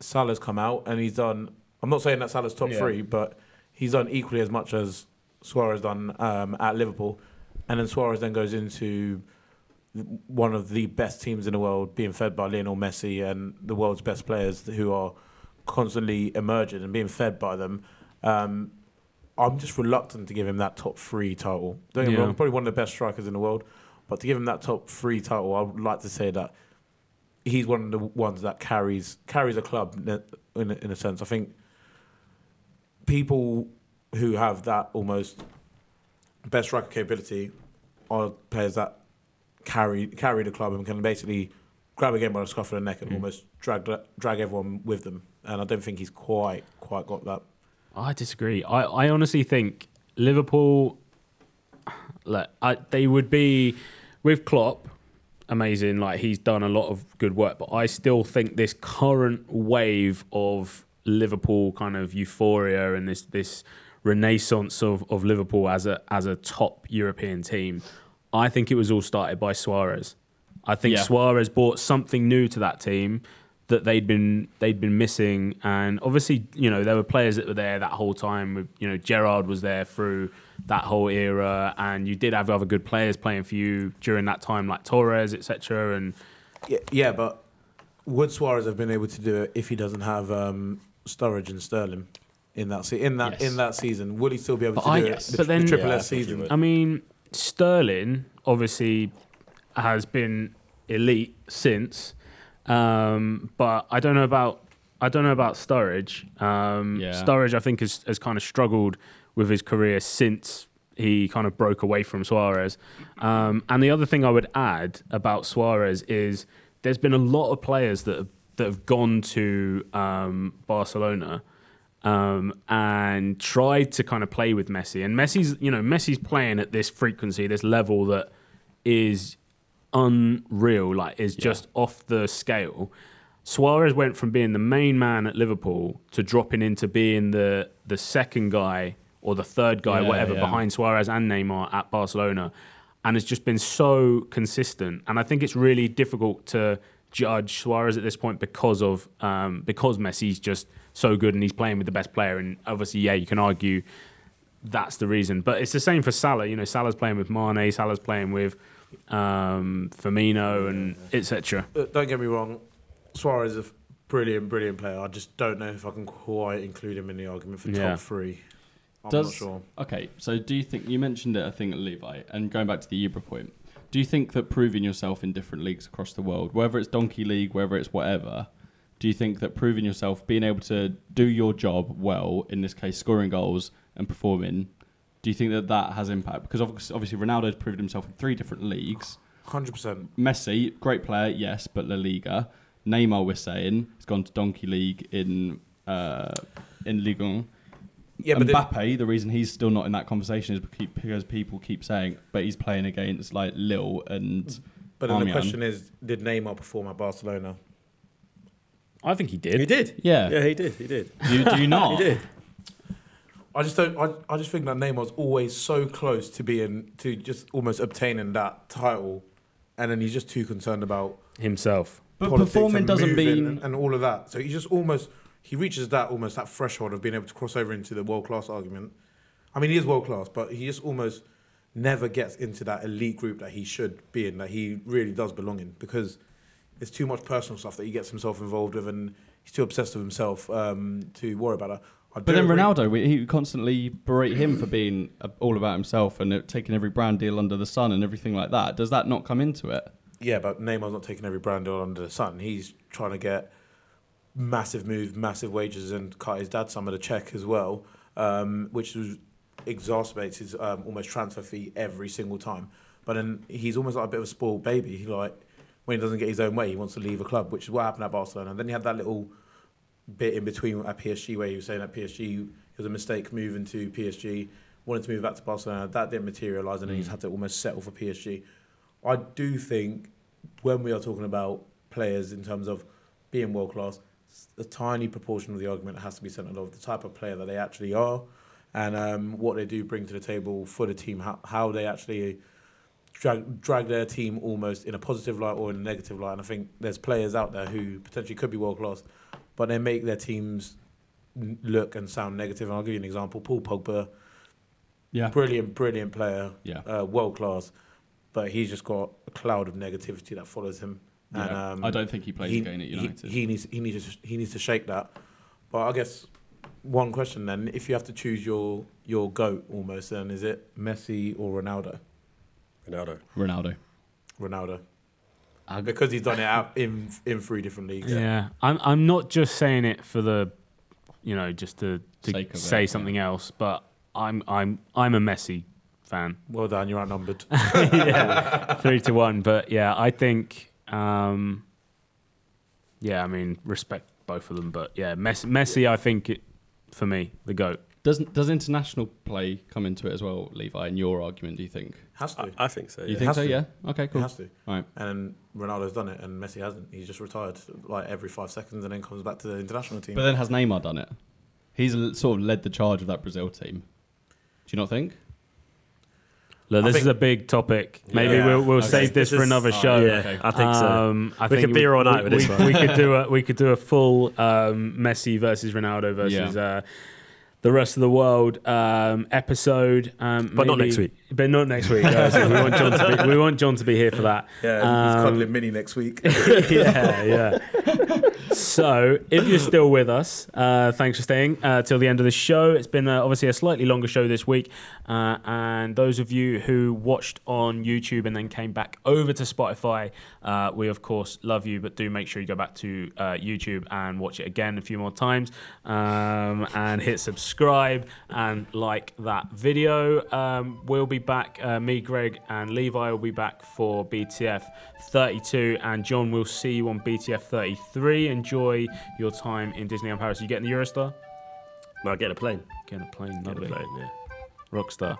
S3: Salah's come out and he's done. I'm not saying that Salah's top
S1: Yeah.
S3: three, but he's done equally as much as Suarez done um, at Liverpool, and then Suarez then goes into one of the best teams in the world, being fed by Lionel Messi and the world's best players who are constantly emerging and being fed by them. Um, I'm just reluctant to give him that top three title. Don't get me
S1: Yeah.
S3: wrong, probably one of the best strikers in the world, but to give him that top three title, I would like to say that he's one of the ones that carries carries a club in a, in a, in a sense. I think people who have that almost best striker capability are players that carry carry the club and can basically grab a game by the scruff of the neck and almost drag that- drag everyone with them. And I don't think he's quite quite got that.
S1: I disagree. I, I honestly think Liverpool, like, I, they would be with Klopp, amazing. Like he's done a lot of good work, but I still think this current wave of Liverpool kind of euphoria and this this renaissance of, of Liverpool as a as a top European team, I think it was all started by Suarez. I think
S2: Yeah.
S1: Suarez brought something new to that team that they'd been they'd been missing, and obviously you know there were players that were there that whole time. With you know Gerard was there through that whole era, and you did have other good players playing for you during that time, like Torres, etc. And
S3: Yeah, yeah, but would Suarez have been able to do it if he doesn't have um, Sturridge and Sterling in that se- in that
S2: Yes.
S3: in that season? Would he still be able
S1: But
S3: to
S1: I-
S3: do
S1: yes,
S3: it? The,
S1: but
S3: tr-
S1: then-
S3: the triple
S1: Yeah,
S3: S
S5: I think he
S3: season. Um,
S5: would.
S1: I mean Sterling obviously has been elite since, um, but I don't know about I don't know about Sturridge. Um,
S2: Yeah.
S1: Sturridge, I think, has, has kind of struggled with his career since he kind of broke away from Suarez. Um, and the other thing I would add about Suarez is there's been a lot of players that have, that have gone to um, Barcelona um, and tried to kind of play with Messi. And Messi's, you know, Messi's playing at this frequency, this level that is unreal, like is just off the scale. Suarez went from being the main man at Liverpool to dropping into being the the second guy or the third guy,
S2: Yeah,
S1: whatever,
S2: yeah.
S1: behind Suarez and Neymar at Barcelona, and has just been so consistent. And I think it's really difficult to judge Suarez at this point because of um, because Messi's just so good and he's playing with the best player. And obviously, yeah, you can argue that's the reason. But it's the same for Salah. You know, Salah's playing with Mane, Salah's playing with um, Firmino, and etc.
S3: Uh, don't get me wrong, Suarez is a f- brilliant, brilliant player. I just don't know if I can quite include him in the argument for
S1: Yeah.
S3: top three. I'm
S2: Does-
S3: not sure.
S2: Okay, so do you think you mentioned it? I think at Levi, and going back to the Ibra point, do you think that proving yourself in different leagues across the world, whether it's Donkey League, whether it's whatever, do you think that proving yourself, being able to do your job well, in this case, scoring goals and performing, do you think that that has impact? Because obviously, obviously Ronaldo's proved himself in three different leagues.
S3: Hundred percent.
S2: Messi, great player, yes, but La Liga. Neymar, we're saying, has gone to Donkey League in uh, in Ligue 1.
S3: Yeah, but then-
S2: Mbappe, the, reason he's still not in that conversation is beca- because people keep saying, but he's playing against like Lille and.
S3: but then the
S2: Armian.
S3: question is, did Neymar perform at Barcelona?
S1: I think he
S5: He
S1: did.
S5: did.
S2: Yeah.
S5: Yeah, he did. He did.
S2: Do, do you not?
S3: I just don't. I, I just think that Neymar's always so close to being to just almost obtaining that title, and then he's just too concerned about
S1: Himself.
S2: But
S3: politics
S2: performing
S3: and
S2: doesn't
S3: moving
S2: mean-
S3: and, and all of that. So he just almost he reaches that almost that threshold of being able to cross over into the world class argument. I mean, he is world class, but he just almost never gets into that elite group that he should be in, that he really does belong in, because it's too much personal stuff that he gets himself involved with, and he's too obsessed with himself um, to worry about that. I
S2: But
S3: do
S2: then
S3: agree-
S2: Ronaldo, we, he constantly berate him for being uh, all about himself and uh, taking every brand deal under the sun and everything like that. Does that not come into it?
S3: Yeah, but Neymar's not taking every brand deal under the sun. He's trying to get massive moves, massive wages, and cut his dad some of the check as well, um, which is, exacerbates his um, almost transfer fee every single time. But then he's almost like a bit of a spoiled baby. He like when he doesn't get his own way, he wants to leave a club, which is what happened at Barcelona. And then he had that little bit in between at PSG where he was saying at PSG it was a mistake moving to PSG, wanted to move back to Barcelona. That didn't materialise, and then he's had to almost settle for PSG. I do think when we are talking about players in terms of being world class, s- a tiny proportion of the argument has to be centered of the type of player that they actually are, and um, what they do bring to the table for the team, how, how they actually drag, drag their team almost in a positive light or in a negative light. And I think there's players out there who potentially could be world class, but they make their teams n- look and sound negative. And I'll give you an example: Paul Pogba,
S2: Yeah.
S3: brilliant, brilliant player,
S2: Yeah.
S3: uh, world class, but he's just got a cloud of negativity that follows him. And
S2: Yeah.
S3: um,
S2: I don't think he plays
S3: he-
S2: again at
S3: he-
S2: United.
S3: He, needs he needs to, he needs to shake that. But I guess one question then: if you have to choose your your goat, almost then is it Messi or Ronaldo?
S5: Ronaldo.
S2: Ronaldo.
S3: Ronaldo. because he's done it out in in three different leagues.
S1: Yeah, I'm. I'm not just saying it for the, you know, just to, to
S2: Sake of
S1: say
S2: it, yeah.
S1: something else. But I'm. I'm. I'm a Messi fan.
S3: Well done, you're outnumbered.
S1: yeah, three to one. But yeah, I think. Um, yeah, I mean, respect both of them, but yeah, Messi. Messi I think it, for me, the goat.
S2: Does does international play come into it as well, Levi? In your argument, do you think?
S3: Has to.
S5: I, I think so.
S2: You
S5: Yeah.
S2: think
S3: has
S2: so?
S3: to.
S2: Yeah. Okay.
S3: It
S2: Cool.
S3: has to.
S2: All right.
S3: And Ronaldo's done it, and Messi hasn't. He's just retired like every five seconds, and then comes back to the international team.
S2: But then has Neymar done it? He's l- sort of led the charge of that Brazil team. Do you not think?
S1: Look,
S3: I
S1: this
S3: think-
S1: is a big topic. Maybe
S3: Yeah.
S1: we'll, we'll
S2: Okay.
S1: save this,
S5: This
S1: for
S5: is-
S1: another
S2: oh,
S1: show.
S2: yeah.
S5: I think so.
S1: Um, I
S5: We
S1: think
S5: could be here all night
S1: we,
S5: with this
S1: we-
S5: one.
S1: We could do a we could do a full um, Messi versus Ronaldo versus uh, the rest of the world um, episode, um,
S5: But not next week.
S1: But not next week. obviously. we want John to be we want John to be here for that. Um,
S3: Mini next week.
S1: yeah, yeah. So, if you're still with us, uh, thanks for staying uh, till the end of the show. It's been uh, obviously a slightly longer show this week, uh, and those of you who watched on YouTube and then came back over to Spotify, uh, we of course love you, but do make sure you go back to uh, YouTube and watch it again a few more times, um, and hit subscribe and like that video. Um, we'll be back. Uh, me, Greg, and Levi will be back for BTF 32, and John, we'll see you on BTF 33. Enjoy your time in Disneyland Paris. You getting the Eurostar?
S5: No, get a plane.
S1: Getting a plane,
S5: Get a
S1: lovely.
S5: plane. Yeah.
S1: Rockstar.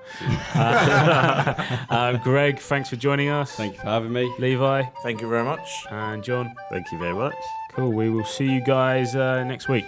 S1: uh, um, Greg, thanks for joining us.
S2: Thank you for having me.
S1: Levi
S3: Thank you very much.
S1: and John.
S5: Thank you very much.
S1: Cool. We will see you guys uh, next week.